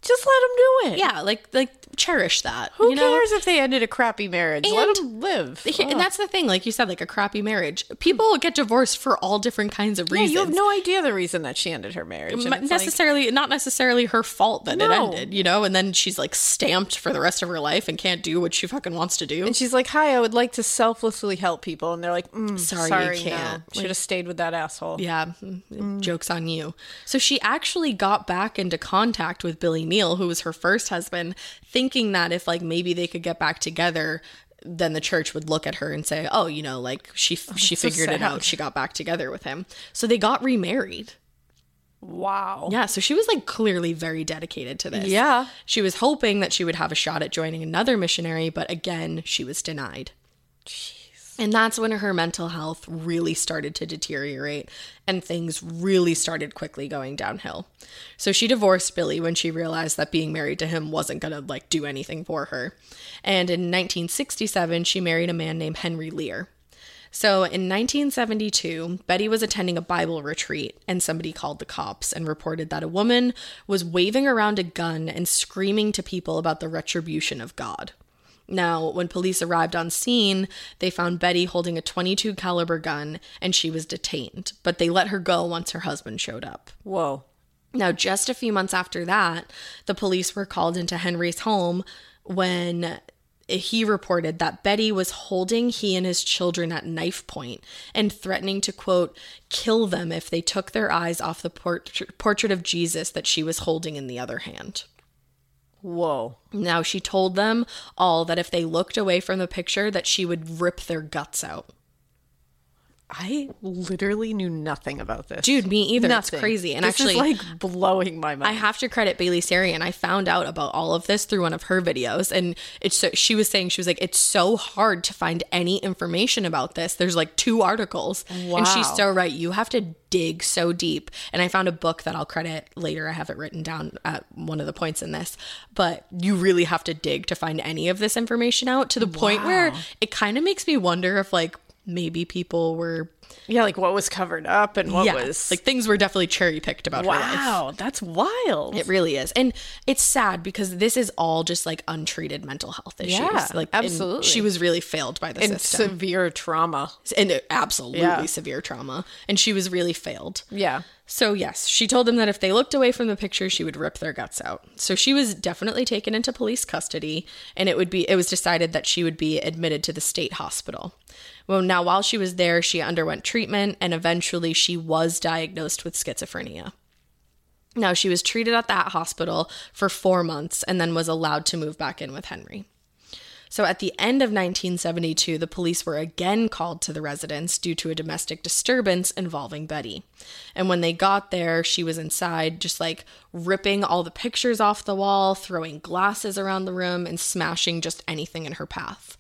just let them do it. yeah, like like cherish that. Who you know? cares if they ended a crappy marriage? Let 'em let them And- live. [LAUGHS] And that's the thing, like you said, like a crappy marriage. People get divorced for all different kinds of Yeah, reasons. you have no idea the reason that she ended her marriage. and M- it's like- necessarily not necessarily her fault that it No. ended, you know, and then she's like stamped for the rest of her life and can't do what she fucking wants to do. and she's like, "Hi, I would like to selflessly help people," and they're like, mm, Sorry, you "Sorry, can't." Should have stayed with that asshole." yeah, mm, jokes on you. So she actually got back into contact with Billy Neal, who was her first husband, thinking that if like maybe they could get back together, then the church would look at her and say, "Oh, you know, like she f- she so figured it sad. out. She got back together with him." So they got remarried. Wow. Yeah, so she was like clearly very dedicated to this. Yeah. She was hoping that she would have a shot at joining another missionary, but again, she was denied. Jeez. And that's when her mental health really started to deteriorate and things really started quickly going downhill. So she divorced Billy when she realized that being married to him wasn't going to like do anything for her. And in 1967, she married a man named Henry Lear. So in 1972, Betty was attending a Bible retreat and somebody called the cops and reported that a woman was waving around a gun and screaming to people about the retribution of God. Now, when police arrived on scene, they found Betty holding a 22 caliber gun and she was detained, but they let her go once her husband showed up. Whoa. Now, just a few months after that, the police were called into Henry's home when he reported that Betty was holding he and his children at knife point and threatening to, quote, kill them if they took their eyes off the portrait portrait of Jesus that she was holding in the other hand. Whoa. Now, she told them all that if they looked away from the picture, that she would rip their guts out. I literally knew nothing about this, Dude, me either. That's Nothing. It's crazy. And This is, actually, like blowing my I mind. have to credit Bailey Sarian. I found out about all of this through one of her videos, and it's so, she was saying she was like, it's so hard to find any information about this. There's like two articles, and she's Wow. so right. You have to dig so deep. And I found a book that I'll credit later. I have it written down at one of the points in this, but you really have to dig to find any of this information out to the point where it kind of makes me wonder if like maybe people were yeah, like what was covered up and what yeah, was like things were definitely cherry picked about her life. Wow, that's wild. It really is. And it's sad because this is all just like untreated mental health issues. Yeah, like and absolutely. She was really failed by the and system. severe trauma. and uh, absolutely Yeah. severe trauma. And she was really failed. Yeah. So, yes, she told them that if they looked away from the picture, she would rip their guts out. So, she was definitely taken into police custody, and it would be it was decided that she would be admitted to the state hospital. Well, now while she was there, she underwent treatment and eventually she was diagnosed with schizophrenia. Now, she was treated at that hospital for 4 months and then was allowed to move back in with Henry. So at the end of 1972, the police were again called to the residence due to a domestic disturbance involving Betty. And when they got there, she was inside, just like ripping all the pictures off the wall, throwing glasses around the room, and smashing just anything in her path.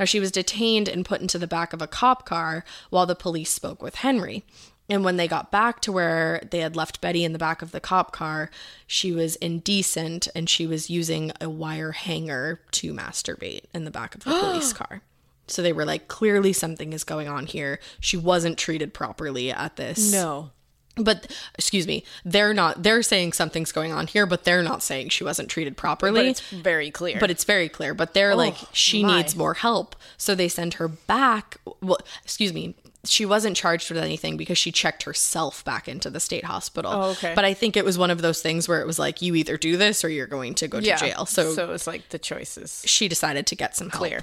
Now, she was detained and put into the back of a cop car while the police spoke with Henry. And when they got back to where they had left Betty in the back of the cop car, she was indecent and she was using a wire hanger to masturbate in the back of the [GASPS] police car. So they were like, clearly something is going on here. She wasn't treated properly at this. No. But excuse me, they're not, they're saying something's going on here, but they're not saying she wasn't treated properly. But it's very clear. Oh, But it's very clear. But they're like, she my. needs more help. So they send her back. Well, excuse me. She wasn't charged with anything because she checked herself back into the state hospital. Oh, okay. But I think it was one of those things where it was like, you either do this or you're going to go to yeah. jail. So, so it's like the choices. she decided to get some help. Clear.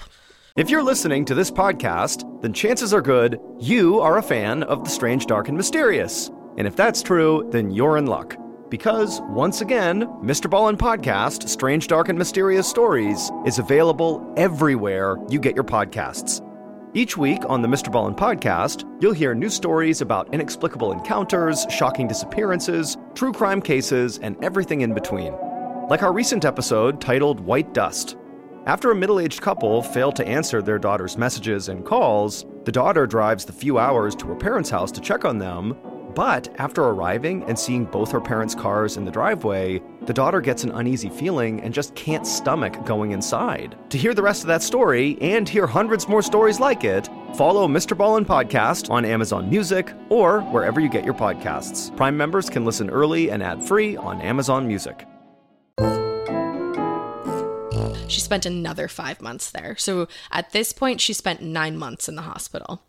If you're listening to this podcast, then chances are good you are a fan of the strange, dark, and mysterious. And if that's true, then you're in luck. Because, once again, Mr. Ballin Podcast, Strange, Dark, and Mysterious Stories, is available everywhere you get your podcasts. Each week on the Mr. Ballin podcast, you'll hear new stories about inexplicable encounters, shocking disappearances, true crime cases, and everything in between. Like our recent episode titled White Dust. After a middle aged couple failed to answer their daughter's messages and calls, the daughter drives the few hours to her parents' house to check on them. But after arriving and seeing both her parents' cars in the driveway, the daughter gets an uneasy feeling and just can't stomach going inside. To hear the rest of that story and hear hundreds more stories like it, follow Mr. Ballin Podcast on Amazon Music or wherever you get your podcasts. Prime members can listen early and ad free on Amazon Music. She spent another five months there. So at this point, she spent nine months in the hospital.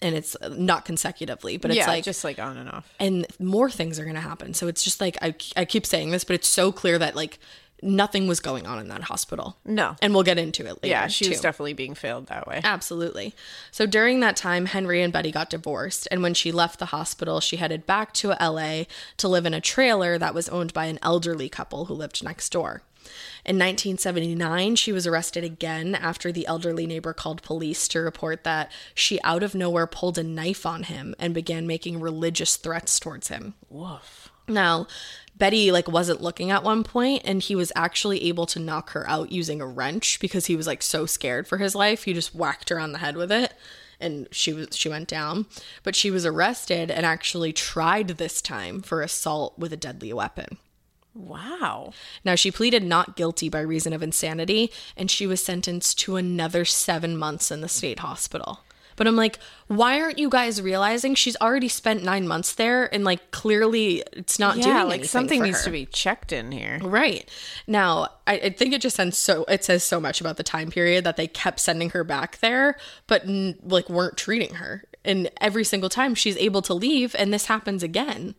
And it's uh, not consecutively, but it's yeah, like, just like on and off. and more things are going to happen. So it's just like, I, I keep saying this, but it's so clear that like nothing was going on in that hospital. No. And we'll get into it later. yeah, she too. was definitely being failed that way. Absolutely. So during that time, Henry and Betty got divorced. And when she left the hospital, she headed back to LA to live in a trailer that was owned by an elderly couple who lived next door. In 1979, she was arrested again after the elderly neighbor called police to report that she out of nowhere pulled a knife on him and began making religious threats towards him. Now, Betty like wasn't looking at one point and he was actually able to knock her out using a wrench because he was like so scared for his life. He just whacked her on the head with it and she was she went down. But she was arrested and actually tried this time for assault with a deadly weapon. Wow. Now she pleaded not guilty by reason of insanity and she was sentenced to another 7 months in the state hospital. But I'm like, why aren't you guys realizing she's already spent 9 months there and like clearly it's not doing yeah, like anything something for needs to her. be checked in here. Right. Now, I, I think it just sends so it says so much about the time period that they kept sending her back there, but n- like weren't treating her. And every single time she's able to leave, and this happens again.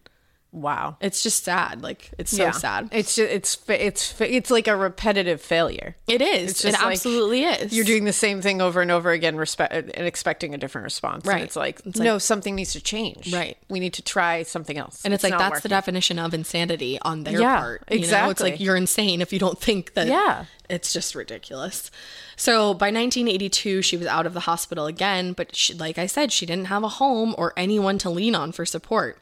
Wow. It's just sad. Like it's so Yeah. sad. It's just, it's fa- it's fa- it's like a repetitive failure. It is. It's it just like absolutely is. You're doing the same thing over and over again, respect and expecting a different response. And Right. it's like It's like- no, something needs to change. Right. We need to try something else. and it's, like not that's the working. definition of insanity on their Yeah, part. You know? It's like exactly. you're insane if you don't think that. Yeah. It's just ridiculous. So by 1982, she was out of the hospital again, but she, like I said, she didn't have a home or anyone to lean on for support.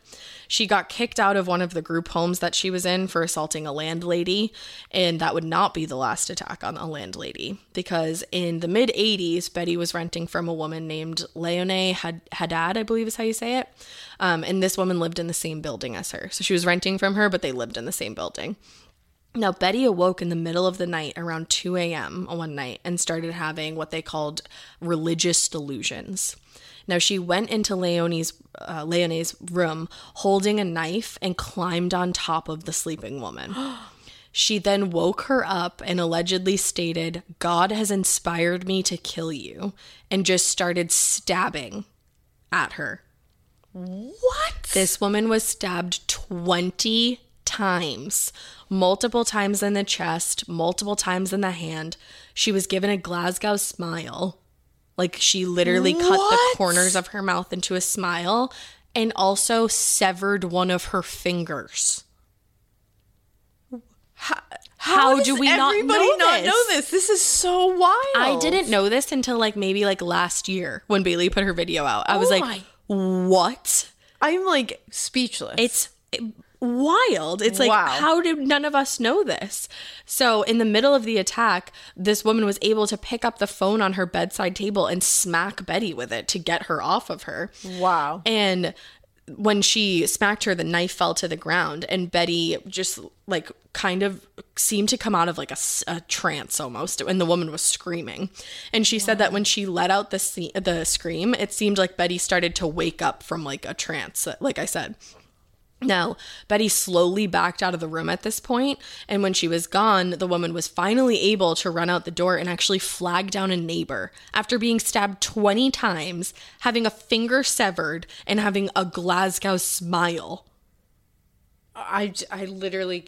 She got kicked out of one of the group homes that she was in for assaulting a landlady, and that would not be the last attack on a landlady because in the mid 80s, Betty was renting from a woman named Leone Had- Haddad, I believe is how you say it. Um, and this woman lived in the same building as her. So she was renting from her, but they lived in the same building. Now, Betty awoke in the middle of the night around 2 a.m. on one night and started having what they called religious delusions. Now, she went into Leone's, uh, Leone's room holding a knife and climbed on top of the sleeping woman. She then woke her up and allegedly stated, God has inspired me to kill you, and just started stabbing at her. What? This woman was stabbed 20 times, multiple times in the chest, multiple times in the hand. She was given a Glasgow smile. Like she literally cut the corners of her mouth into a smile and also severed one of her fingers. How, does do we not everybody know, not this? know this? This is so wild. I didn't know this until like maybe like last year when Bailey put her video out. I was Oh like, my- "What?" I'm like speechless. It's wild. It's like, Wow. how did none of us know this? So, in the middle of the attack, this woman was able to pick up the phone on her bedside table and smack Betty with it to get her off of her. wow. And when she smacked her, the knife fell to the ground, and Betty just like kind of seemed to come out of like a, s- a trance almost. And the woman was screaming. And she said that when she let out the, se- the scream, it seemed like Betty started to wake up from like a trance, like I said. Now, Betty slowly backed out of the room at this point, and when she was gone, the woman was finally able to run out the door and actually flag down a neighbor after being stabbed 20 times, having a finger severed, and having a Glasgow smile. I, j- I literally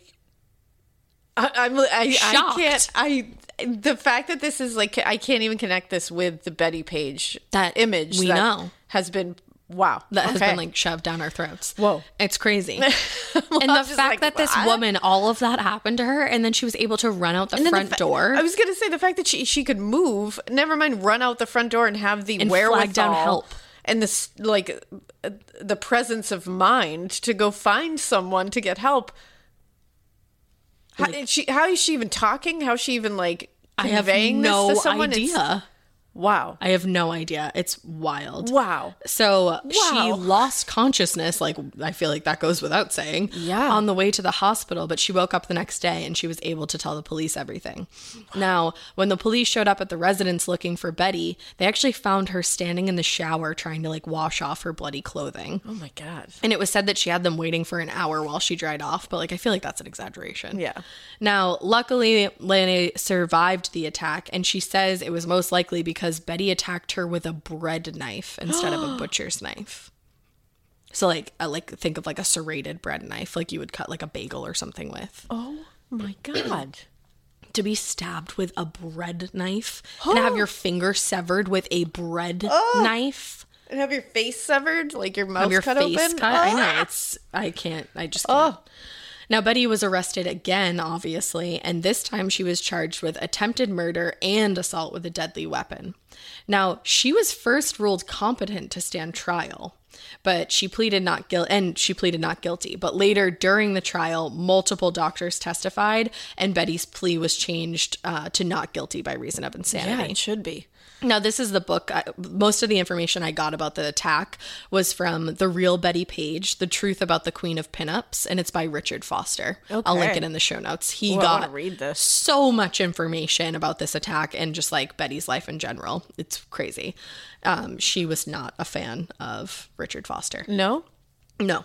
I, I'm I, I Shocked. can't I the fact that this is like I can't even connect this with the Betty Page That image we that know. has been Wow. that has Okay. been like shoved down our throats. Whoa. [LAUGHS] It's crazy. and the just fact like, that this what? woman, all of that happened to her, and then she was able to run out the And then the front fa- door I was gonna say the fact that she she could move. Never mind, run out the front door and have the And wherewithal flag down help. and this like uh, the presence of mind to go find someone to get help. How, is she, how is she even talking? How is she even like I have conveying no this to someone? It's- idea. wow, I have no idea. It's wild. wow. So she Wow. lost consciousness, like I feel like that goes without saying. Yeah. On the way to the hospital, but she woke up the next day and she was able to tell the police everything. Now, when the police showed up at the residence looking for Betty, they actually found her standing in the shower trying to like wash off her bloody clothing. Oh my god. And it was said that she had them waiting for an hour while she dried off, but like I feel like that's an exaggeration. Yeah. Now, luckily, Lana survived the attack, and she says it was most likely because Betty attacked her with a bread knife instead of a butcher's knife. So, like, I like think of like a serrated bread knife, like you would cut like a bagel or something with. Oh my god. To be stabbed with a bread knife and have your finger severed with a bread knife, and have your face severed, like your mouth have your cut face open. cut. I know Ah! Oh. it's. I can't. I just. Can't. Now, Betty was arrested again, obviously, and this time she was charged with attempted murder and assault with a deadly weapon. Now, she was first ruled competent to stand trial, but she pleaded not guilty and she pleaded not guilty. But later during the trial, multiple doctors testified and Betty's plea was changed uh, to not guilty by reason of insanity. Yeah, it should be. Now, this is the book. I, most of the information I got about the attack was from The Real Betty Page, The Truth About the Queen of Pinups, and it's by Richard Foster. I'll link Okay. it in the show notes. He Ooh, I wanna got read this. so much information about this attack and just like Betty's life in general. It's crazy. Um, she was not a fan of Richard Foster. No. No.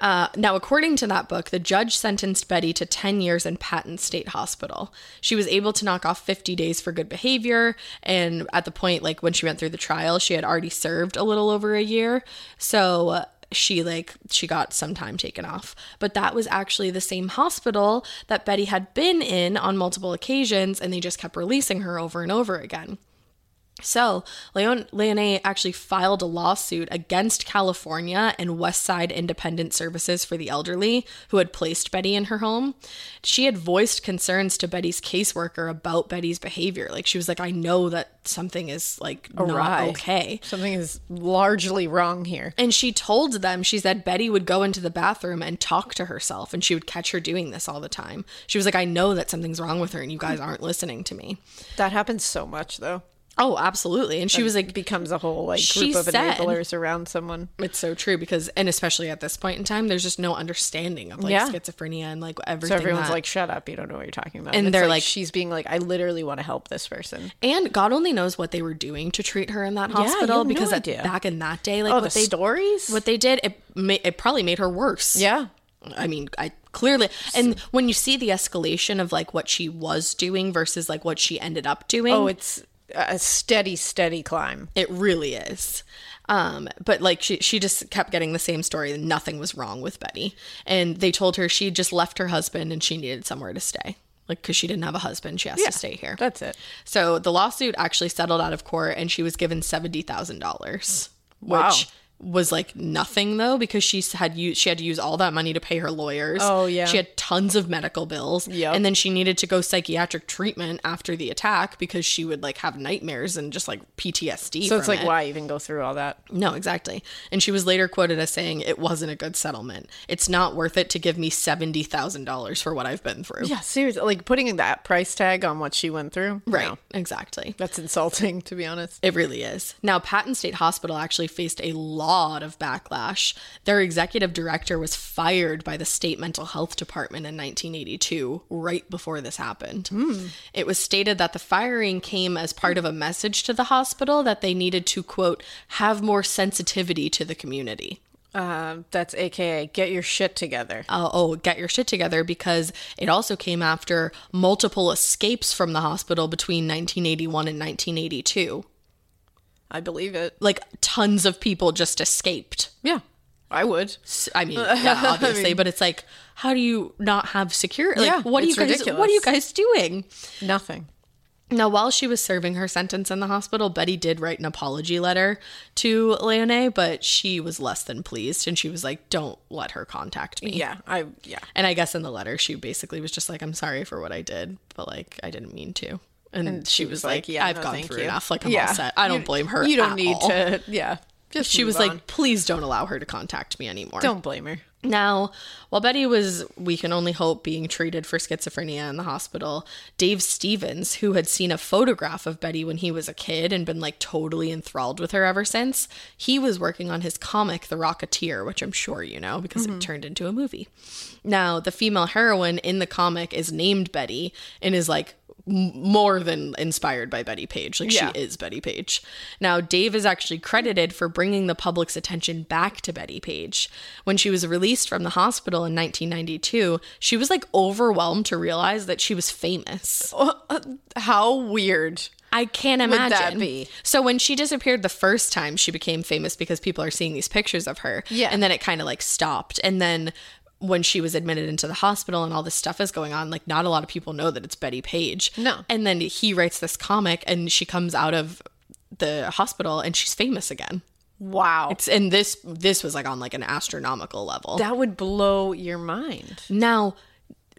Uh, now, according to that book, the judge sentenced Betty to 10 years in Patton State Hospital. She was able to knock off 50 days for good behavior. And at the point, like when she went through the trial, she had already served a little over a year. So uh, she, like, she got some time taken off. But that was actually the same hospital that Betty had been in on multiple occasions, and they just kept releasing her over and over again. So, Leon Leone actually filed a lawsuit against California and Westside Independent Services for the Elderly, who had placed Betty in her home. She had voiced concerns to Betty's caseworker about Betty's behavior. Like she was like, "I know that something is like Awry. not okay." Something is largely wrong here. And she told them, she said Betty would go into the bathroom and talk to herself, and she would catch her doing this all the time. She was like, "I know that something's wrong with her, and you guys aren't listening to me." That happens so much, though. Oh, absolutely. And she was like, becomes a whole like She group of said- enablers around someone. It's so true because, and especially at this point in time, there's just no understanding of like Yeah. schizophrenia and like So everything. everyone's that- like, "Shut up! You don't know what you're talking about." And it's they're like- "She's being like, I literally want to help this person." and God only knows what they were doing to treat her in that you hospital have no because at- idea. back in that day, like oh, the what they stories. what they did, it ma- it probably made her worse. yeah, I mean, I clearly, and when you see the escalation of like what she was doing versus like what she ended up doing, oh, it's a steady, steady climb. It really is. Um, but like she, she just kept getting the same story and nothing was wrong with Betty. And they told her she just left her husband and she needed somewhere to stay. Like, cause she didn't have a husband, she has to stay here. That's it. So the lawsuit actually settled out of court and she was given $70,000, which Wow. was like nothing though, because she had used, she had to use all that money to pay her lawyers. Oh, yeah. She had tons of medical bills. Yep. And then she needed to go psychiatric treatment after the attack because she would like have nightmares and just like PTSD. So it's from like, it. why even go through all that? No, exactly. And she was later quoted as saying, It wasn't a good settlement. It's not worth it to give me $70,000 for what I've been through. Yeah, seriously, like putting that price tag on what she went through. Right. No. Exactly. that's insulting to be honest. It really is. Now, Patton State Hospital actually faced a lot of backlash. Their executive director was fired by the state mental health department in 1982, right before this happened. It was stated that the firing came as part of a message to the hospital that they needed to, quote, have more sensitivity to the community. Um, that's AKA get your shit together. uh, oh, get your shit together because it also came after multiple escapes from the hospital between 1981 and 1982. I believe it. Like tons of people just escaped. Yeah, I would. S- [LAUGHS] I mean, yeah, obviously, but it's like, how do you not have security? Like, Yeah, what are you it's guys? What are you ridiculous. guys doing? Nothing. Now, while she was serving her sentence in the hospital, Betty did write an apology letter to Leone, but she was less than pleased and she was like, Don't let her contact me. Yeah, I yeah. And I guess in the letter, she basically was just like, I'm sorry for what I did, but like, I didn't mean to. And, she was like, yeah, I've no, gone thank through you. enough. Like, I'm Yeah. all set. I don't You- blame her. You don't at need all." to. Yeah. Just She move was on. like, please don't allow her to contact me anymore. don't blame her. Now, while Betty was, we can only hope, being treated for schizophrenia in the hospital, Dave Stevens, who had seen a photograph of Betty when he was a kid and been like totally enthralled with her ever since, he was working on his comic, The Rocketeer, which I'm sure you know because it turned into a movie. Now, the female heroine in the comic is named Betty and is like, m- more than inspired by Betty Page. Like Yeah. she is Betty Page. Now, Dave is actually credited for bringing the public's attention back to Betty Page. When she was released from the hospital in 1992, she was like overwhelmed to realize that she was famous. Oh, uh, How weird. I can't would imagine. that be? So when she disappeared the first time, she became famous because people are seeing these pictures of her. Yeah. And then it kind of like stopped. And then when she was admitted into the hospital and all this stuff is going on, like not a lot of people know that it's Betty Page. No. And then he writes this comic and she comes out of the hospital and she's famous again. Wow. It's and this this was like on like an astronomical level. that would blow your mind. Now,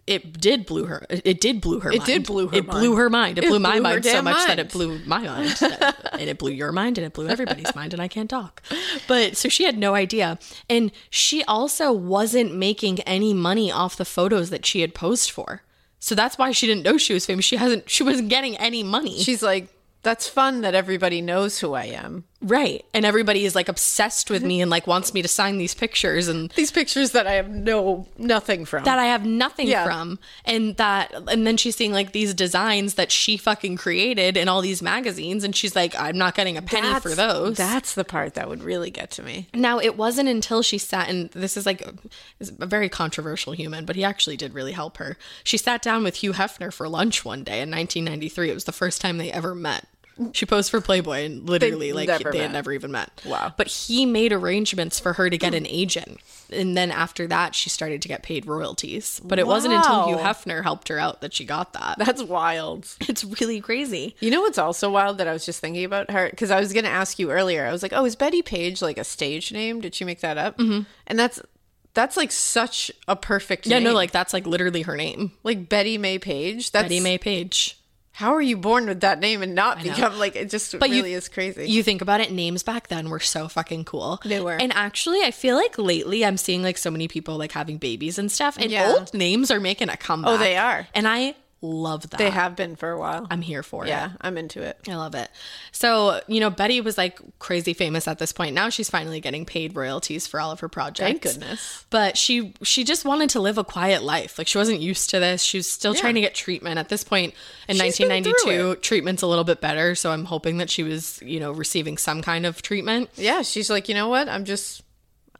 it did blew her. It it did blew her. It mind. did blew her It mind. blew her mind. It, It blew my blew her mind so damn much that mind. it blew my mind, [LAUGHS] and it blew your mind, and it blew everybody's mind, and I can't talk. But so she had no idea, and she also wasn't making any money off the photos that she had posed for. So that's why she didn't know she was famous. She hasn't. She wasn't getting any money. She's like, that's fun that everybody knows who I am. right, and everybody is like obsessed with me and like wants me to sign these pictures and These pictures that I have no nothing from. that I have nothing Yeah. from. And that, and then she's seeing like these designs that she fucking created in all these magazines. And she's like, I'm not getting a penny for those. That's the part that would really get to me. now, it wasn't until she sat, and this is like this is a very controversial human, but he actually did really help her. She sat down with Hugh Hefner for lunch one day in 1993. It was the first time they ever met. She posed for Playboy and literally, like, never they had met. never even met. Wow. But he made arrangements for her to get an agent. And then after that, she started to get paid royalties. But it wasn't until Hugh Wow. Hefner helped her out that she got that. That's wild. It's really crazy. You know what's also wild that I was just thinking about her because I was going to ask you earlier. I was like, "Oh, is Betty Page like a stage name? Did she make that up?" Mm-hmm. And that's that's like such a perfect Yeah, name. no, like that's like literally her name. like Betty May Page. That's Betty May Page. How are you born with that name and not know. become like it just But you- really is crazy. You think about it, names back then were so fucking cool. They were. And actually, I feel like lately I'm seeing like so many people like having babies and stuff, and Yeah. old names are making a comeback. Oh, they are. And I love that. they have been for a while. I'm here for it. yeah, I'm into it. I love it. So, you know, Betty was like crazy famous at this point. Now she's finally getting paid royalties for all of her projects. Thank goodness. But she she just wanted to live a quiet life. Like she wasn't used to this. She was still trying to get treatment at this point in She's been through 1992. Treatment's a little bit better, so I'm hoping that she was, you know, receiving some kind of treatment. Yeah, she's like, you know what? I'm just,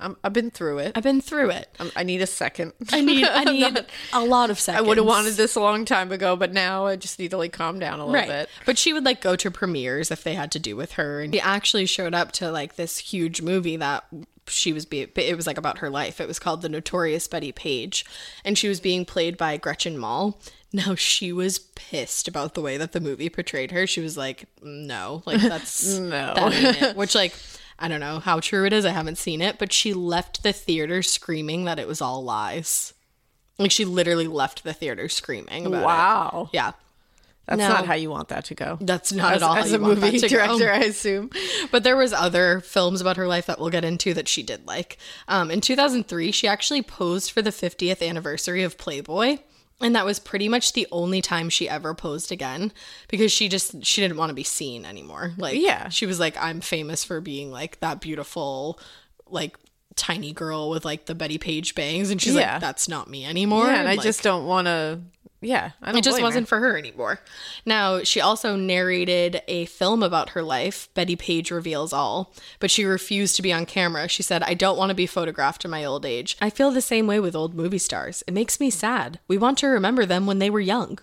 I'm, I've been through it. I've been through it. I'm, I need a second. [LAUGHS] [LAUGHS] I need I need a lot of I seconds. would have wanted this a long time ago, but now I just need to like calm down a little bit. But she would like go to premieres if they had to do with her, and she actually showed up to like this huge movie that she was be it was like about her life. It was called The Notorious Betty Page, and she was being played by Gretchen Mol. [LAUGHS] Now she was pissed about the way that the movie portrayed her. She was like, "No, [LAUGHS] like that's No. that ain't it." Which like. I don't know how true it is. I haven't seen it, but she left the theater screaming that it was all lies. Like she literally left the theater screaming about it. Wow, Yeah. that's No. not how you want that to go. That's not as, at all how as you a want that movie to go. director, I assume. But there was other films about her life that we'll get into that she did like. Um, in 2003, she actually posed for the 50th anniversary of Playboy, and that was pretty much the only time she ever posed again because she just she didn't want to be seen anymore. Like Yeah. she was like I'm famous for being like that beautiful like tiny girl with like the Betty Page bangs and she's Yeah. like that's not me anymore. Yeah, and I like, just don't want to. Yeah, I don't. it just blame her. wasn't for her anymore. Now, she also narrated a film about her life, Betty Page Reveals All, but she refused to be on camera. She said, I don't want to be photographed in my old age. I feel the same way with old movie stars. It makes me sad. We want to remember them when they were young.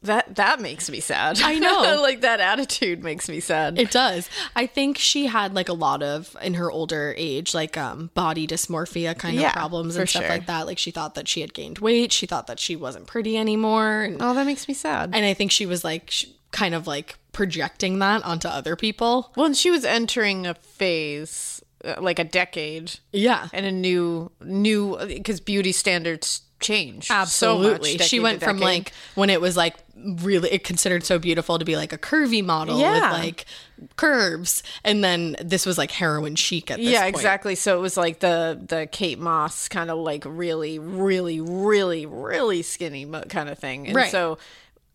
That that makes me sad. I know. [LAUGHS] like that attitude makes me sad. It does. I think she had like a lot of in her older age, like um body dysmorphia kind Yeah, of problems and for stuff sure. like that. Like she thought that she had gained weight. She thought that she wasn't pretty anymore. And, oh, that makes me sad. and I think she was like sh- kind of like projecting that onto other people. well, and she was entering a phase uh, like a decade Yeah. and a new new because beauty standards change so much Absolutely. she decade went to from decade. like when it was like really it considered so beautiful to be like a curvy model with Yeah. like curves and then this was like heroin chic at this yeah point. exactly so it was like the the kate moss kind of like really really really really skinny mo- kind of thing and Right. so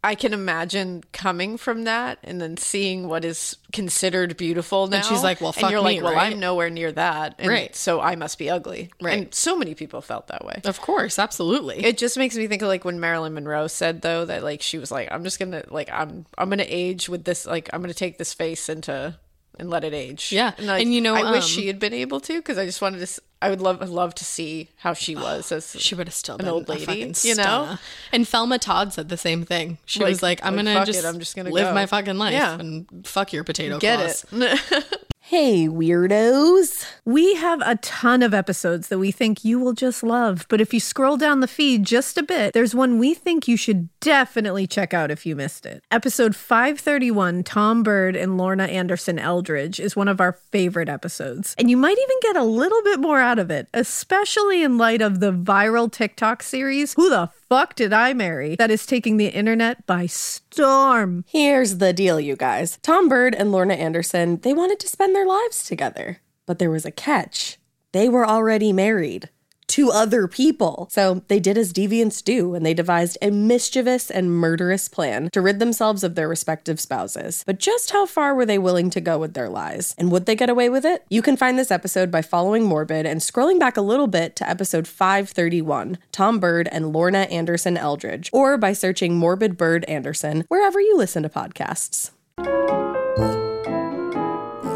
i can imagine coming from that and then seeing what is considered beautiful now she's like, well, fuck and you're me, like well right? i'm nowhere near that and Right. so i must be ugly Right. and so many people felt that way Of course, absolutely. it just makes me think of like when Marilyn Monroe said though that like she was like I'm just gonna like I'm I'm gonna age with this like I'm gonna take this face into and let it age. Yeah. and, like, And, you know, I wish um, she had been able to because I just wanted to. s- I would love I'd love to see how [SIGHS] she was as she would have still been old a lady, fucking you know? stunner. And Thelma Todd said the same thing. She Like- was like, "I'm like, gonna fuck it, just, I'm just gonna live go." my fucking life Yeah. and fuck your potato get claws." it. Hey, weirdos. We have a ton of episodes that we think you will just love, but if you scroll down the feed just a bit, there's one we think you should definitely check out if you missed it. Episode 531 Tom Bird and Lorna Anderson Eldridge is one of our favorite episodes, and you might even get a little bit more out of it, especially in light of the viral TikTok series, Who the Fuck Did I Marry? that is taking the internet by storm. Here's the deal, you guys. Tom Bird and Lorna Anderson, they wanted to spend their lives together. But there was a catch. They were already married to other people. So they did as deviants do, and they devised a mischievous and murderous plan to rid themselves of their respective spouses. But just how far were they willing to go with their lies? And would they get away with it? You can find this episode by following Morbid and scrolling back a little bit to episode 531, Tom Bird and Lorna Anderson Eldridge, or by searching Morbid Bird Anderson wherever you listen to podcasts.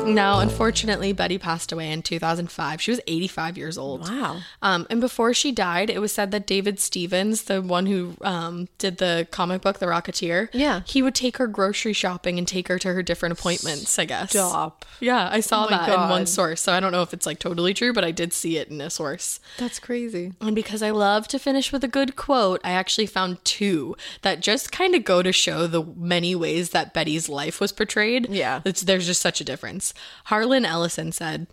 Now, unfortunately, Betty passed away in 2005. She was 85 years old. wow. Um, and before she died, it was said that David Stevens, the one who um, did the comic book, The Rocketeer, Yeah. he would take her grocery shopping and take her to her different appointments. I guess. Stop. Yeah, I saw Oh my that in one God. source. So I don't know if it's like totally true, but I did see it in a source. That's crazy. And because I love to finish with a good quote, I actually found two that just kind of go to show the many ways that Betty's life was portrayed. Yeah. It's, there's just such a difference. Harlan Ellison said,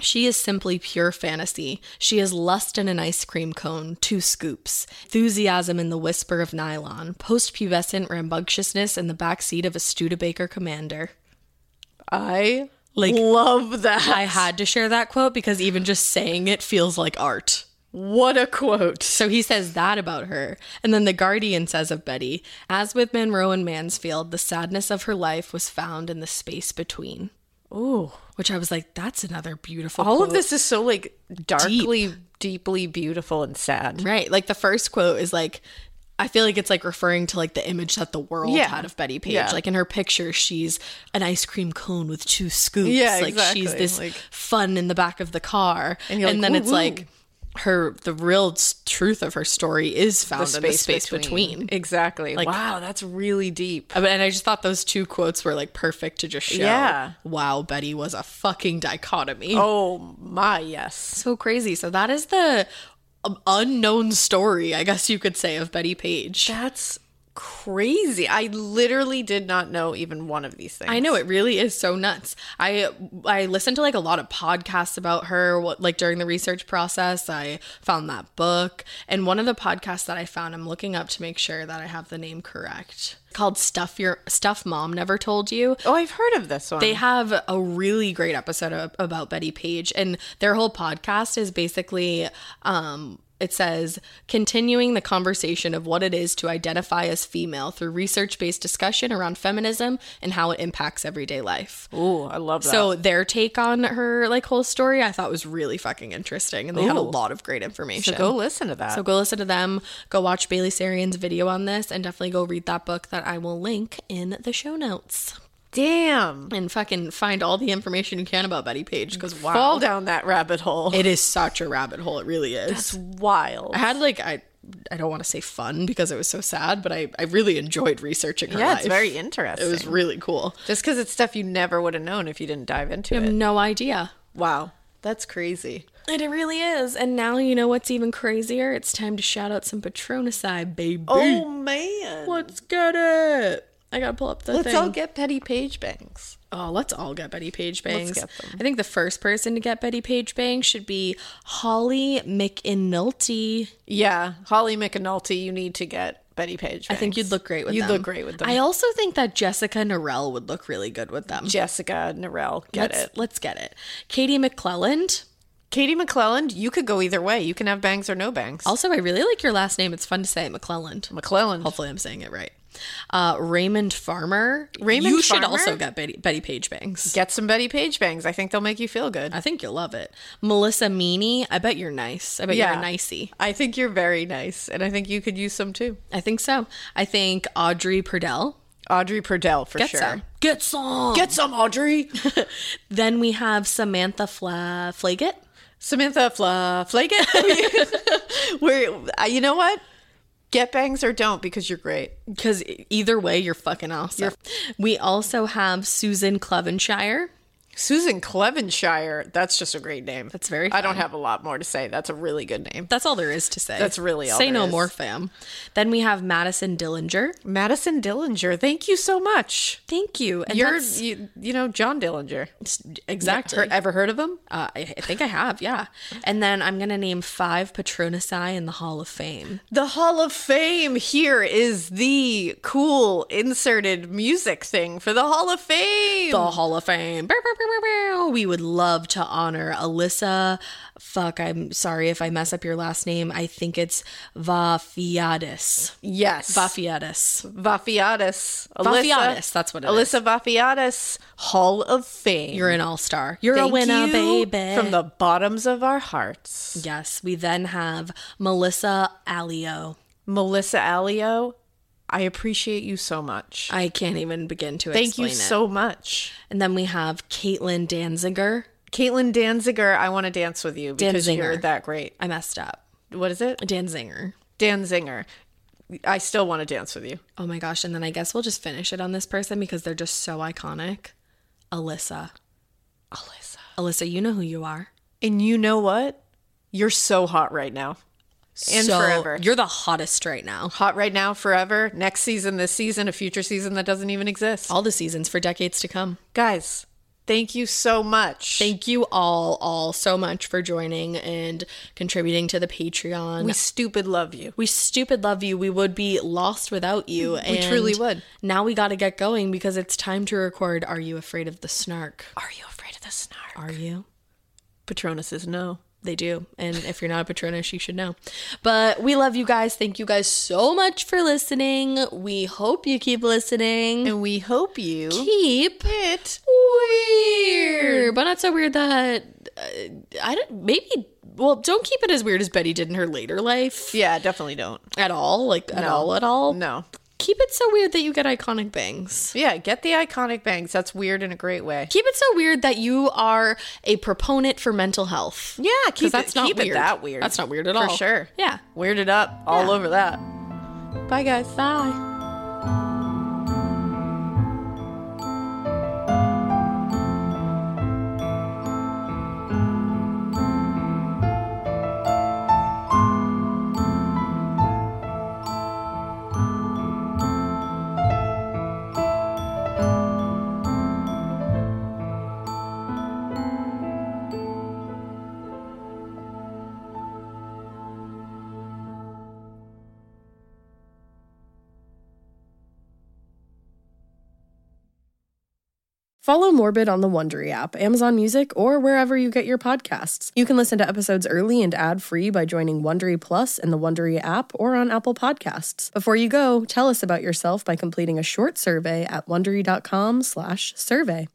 she is simply pure fantasy. She is lust in an ice cream cone, two scoops, enthusiasm in the whisper of nylon, post-pubescent rambunctiousness in the backseat of a Studebaker Commander. I Like- like love that. I had to share that quote because even just saying it feels like art. what a quote. So he says that about her. And then The Guardian says of Betty, as with Monroe and Mansfield, the sadness of her life was found in the space between. [LAUGHS] Ooh. Which I was like, that's another beautiful All of quote. this is so like darkly, deeply beautiful and sad. Right. Like the first quote is like, I feel like it's like referring to like the image that the world Yeah. had of Betty Page. Yeah. Like in her picture, she's an ice cream cone with two scoops. Yeah, like she's exactly. this Like- fun in the back of the car. And And, you're like, then "Woo, it's woo." like her the real s- truth of her story is found in the space between. Exactly. Like- wow, that's really deep. I mean, and I just thought those two quotes were like perfect to just show. Yeah. Wow, Betty was a fucking dichotomy. Oh my yes. so crazy. So that is the um, unknown story, I guess you could say, of Betty Page. That's crazy. I literally did not know even one of these things. I know it really is so nuts. I I listened to like a lot of podcasts about her what, like during the research process. I found that book and one of the podcasts that I found I'm looking up to make sure that I have the name correct. Called Stuff Your Stuff Mom Never Told You. Oh, I've heard of this one. They have a really great episode of, about Betty Page, and their whole podcast is basically. Um, it says, continuing the conversation of what it is to identify as female through research based discussion around feminism and how it impacts everyday life. Ooh, I love that. So their take on her like whole story I thought was really fucking interesting and they had a Ooh. lot of great information. so go listen to that. So go listen to them, go watch Bailey Sarian's video on this and definitely go read that book that I will link in the show notes Damn. and fucking find all the information you can about Betty Page because wow, Fall down that rabbit hole. it is such a rabbit hole. It really is. It's wild. I had like I I don't want to say fun because it was so sad, but I, I really enjoyed researching her Yeah, life. it's very It was interesting. really cool. Just because it's stuff you never would have known if you didn't dive into I it. have no idea. Wow, that's crazy. And it really is. And now you know what's even crazier? It's time to shout out some Patronicide, baby. Oh man, Let's get it. I gotta pull up the let's thing. all get Betty Page bangs. oh, let's all get Betty Page bangs. get them. I think the first person to get Betty Page bangs should be Holly McInulty. Yeah, Holly McAnulty, you need to get Betty Page. I think bangs. you'd look great with you'd them. look great with them. I also think that Jessica Norell would look really good with them. Jessica Norell, get let's, it. Let's get it. Katie McClelland. Katie McClelland, you could go either way. You can have bangs or no bangs. Also, I really like your last name. It's fun to say McClelland. McClelland. Hopefully, I'm saying it right. Uh, Raymond Farmer. Raymond you should Farmer? also get Betty, Betty Page bangs. Get some Betty Page bangs. I think they'll make you feel good. I think you'll love it. Melissa Meany. I bet you're nice. I bet you're a nicey. I think you're very nice, and I think you could use some too. I think so. I think Audrey Purdell. Audrey Purdell for Get sure. some. Get some. Get some, [LAUGHS] Audrey. then we have Samantha Fla- Flaggett. Samantha Fla [LAUGHS] Flagan. [LAUGHS] We're, uh, you know what? Get bangs or don't because you're great. Because e, either way, you're fucking awesome. we also have Susan Clevenshire. Susan Clevenshire. That's just a great name. That's very I don't fun. have a lot more to say. That's a really good name. That's all there is to say. That's really all Say there no is. more, fam. Then we have Madison Dillinger. Madison Dillinger. Thank you so much. Thank you. And You're, that's- you, you know, John Dillinger. exactly. Her- ever heard of him? Uh, I, I think I have, yeah. And then I'm gonna name five Patronici in the Hall of Fame. The Hall of Fame. Here is the cool inserted music thing for the Hall of Fame. The Hall of Fame. Bow, bow, bow, bow, bow. We would love to honor Alyssa. Fuck, I'm sorry if I mess up your last name. I think it's Vafiadis. yes. Vafiadis. Vafiatis. Vafiatis, that's what it is. Alyssa Vafiatis, Hall of Fame. You're an all star. You're Thank a winner, you baby. From the bottoms of our hearts. yes. We then have Melissa Alio. Melissa Alio, I appreciate you so much. I can't even begin to Thank you explain it. so much. And then we have Caitlin Danziger. Caitlin Danziger, I want to dance with you because you're Danzinger. that great. I messed up. What is it? Danzinger. Danzinger. I still want to dance with you. Oh my gosh. And then I guess we'll just finish it on this person because they're just so iconic. Alyssa. Alyssa. Alyssa, you know who you are. And you know what? You're so hot right now. And So, forever. You're the hottest right now. Hot right now, forever. Next season, this season, a future season that doesn't even exist. All the seasons for decades to come. Guys, thank you so much. Thank you all, all so much for joining and contributing to the Patreon. We stupid love you. We stupid love you. We would be lost without you. We and truly would. Now we got to get going because it's time to record Are You Afraid of the Snark? Are you afraid of the snark? Are you? Patronus is no. They do. And if you're not a Patronus, you should know. But we love you guys. Thank you guys so much for listening. We hope you keep listening. And we hope you keep it. weird. But not so weird that. Uh, I don't. Maybe. Well, don't keep it as weird as Betty did in her later life. Yeah, definitely don't. At all. Like, at No. all, at all. No. Keep it so weird that you get iconic bangs. Yeah, get the iconic bangs. That's weird in a great way. Keep it so weird that you are a proponent for mental health. Yeah, 'Cause keep it- keep it that weird. That's not weird at For all. sure. Yeah. Weird it up all Yeah. over that. Bye, guys. Bye. Follow Morbid on the Wondery app, Amazon Music, or wherever you get your podcasts. You can listen to episodes early and ad-free by joining Wondery Plus in the Wondery app or on Apple Podcasts. Before you go, tell us about yourself by completing a short survey at wondery.com/survey.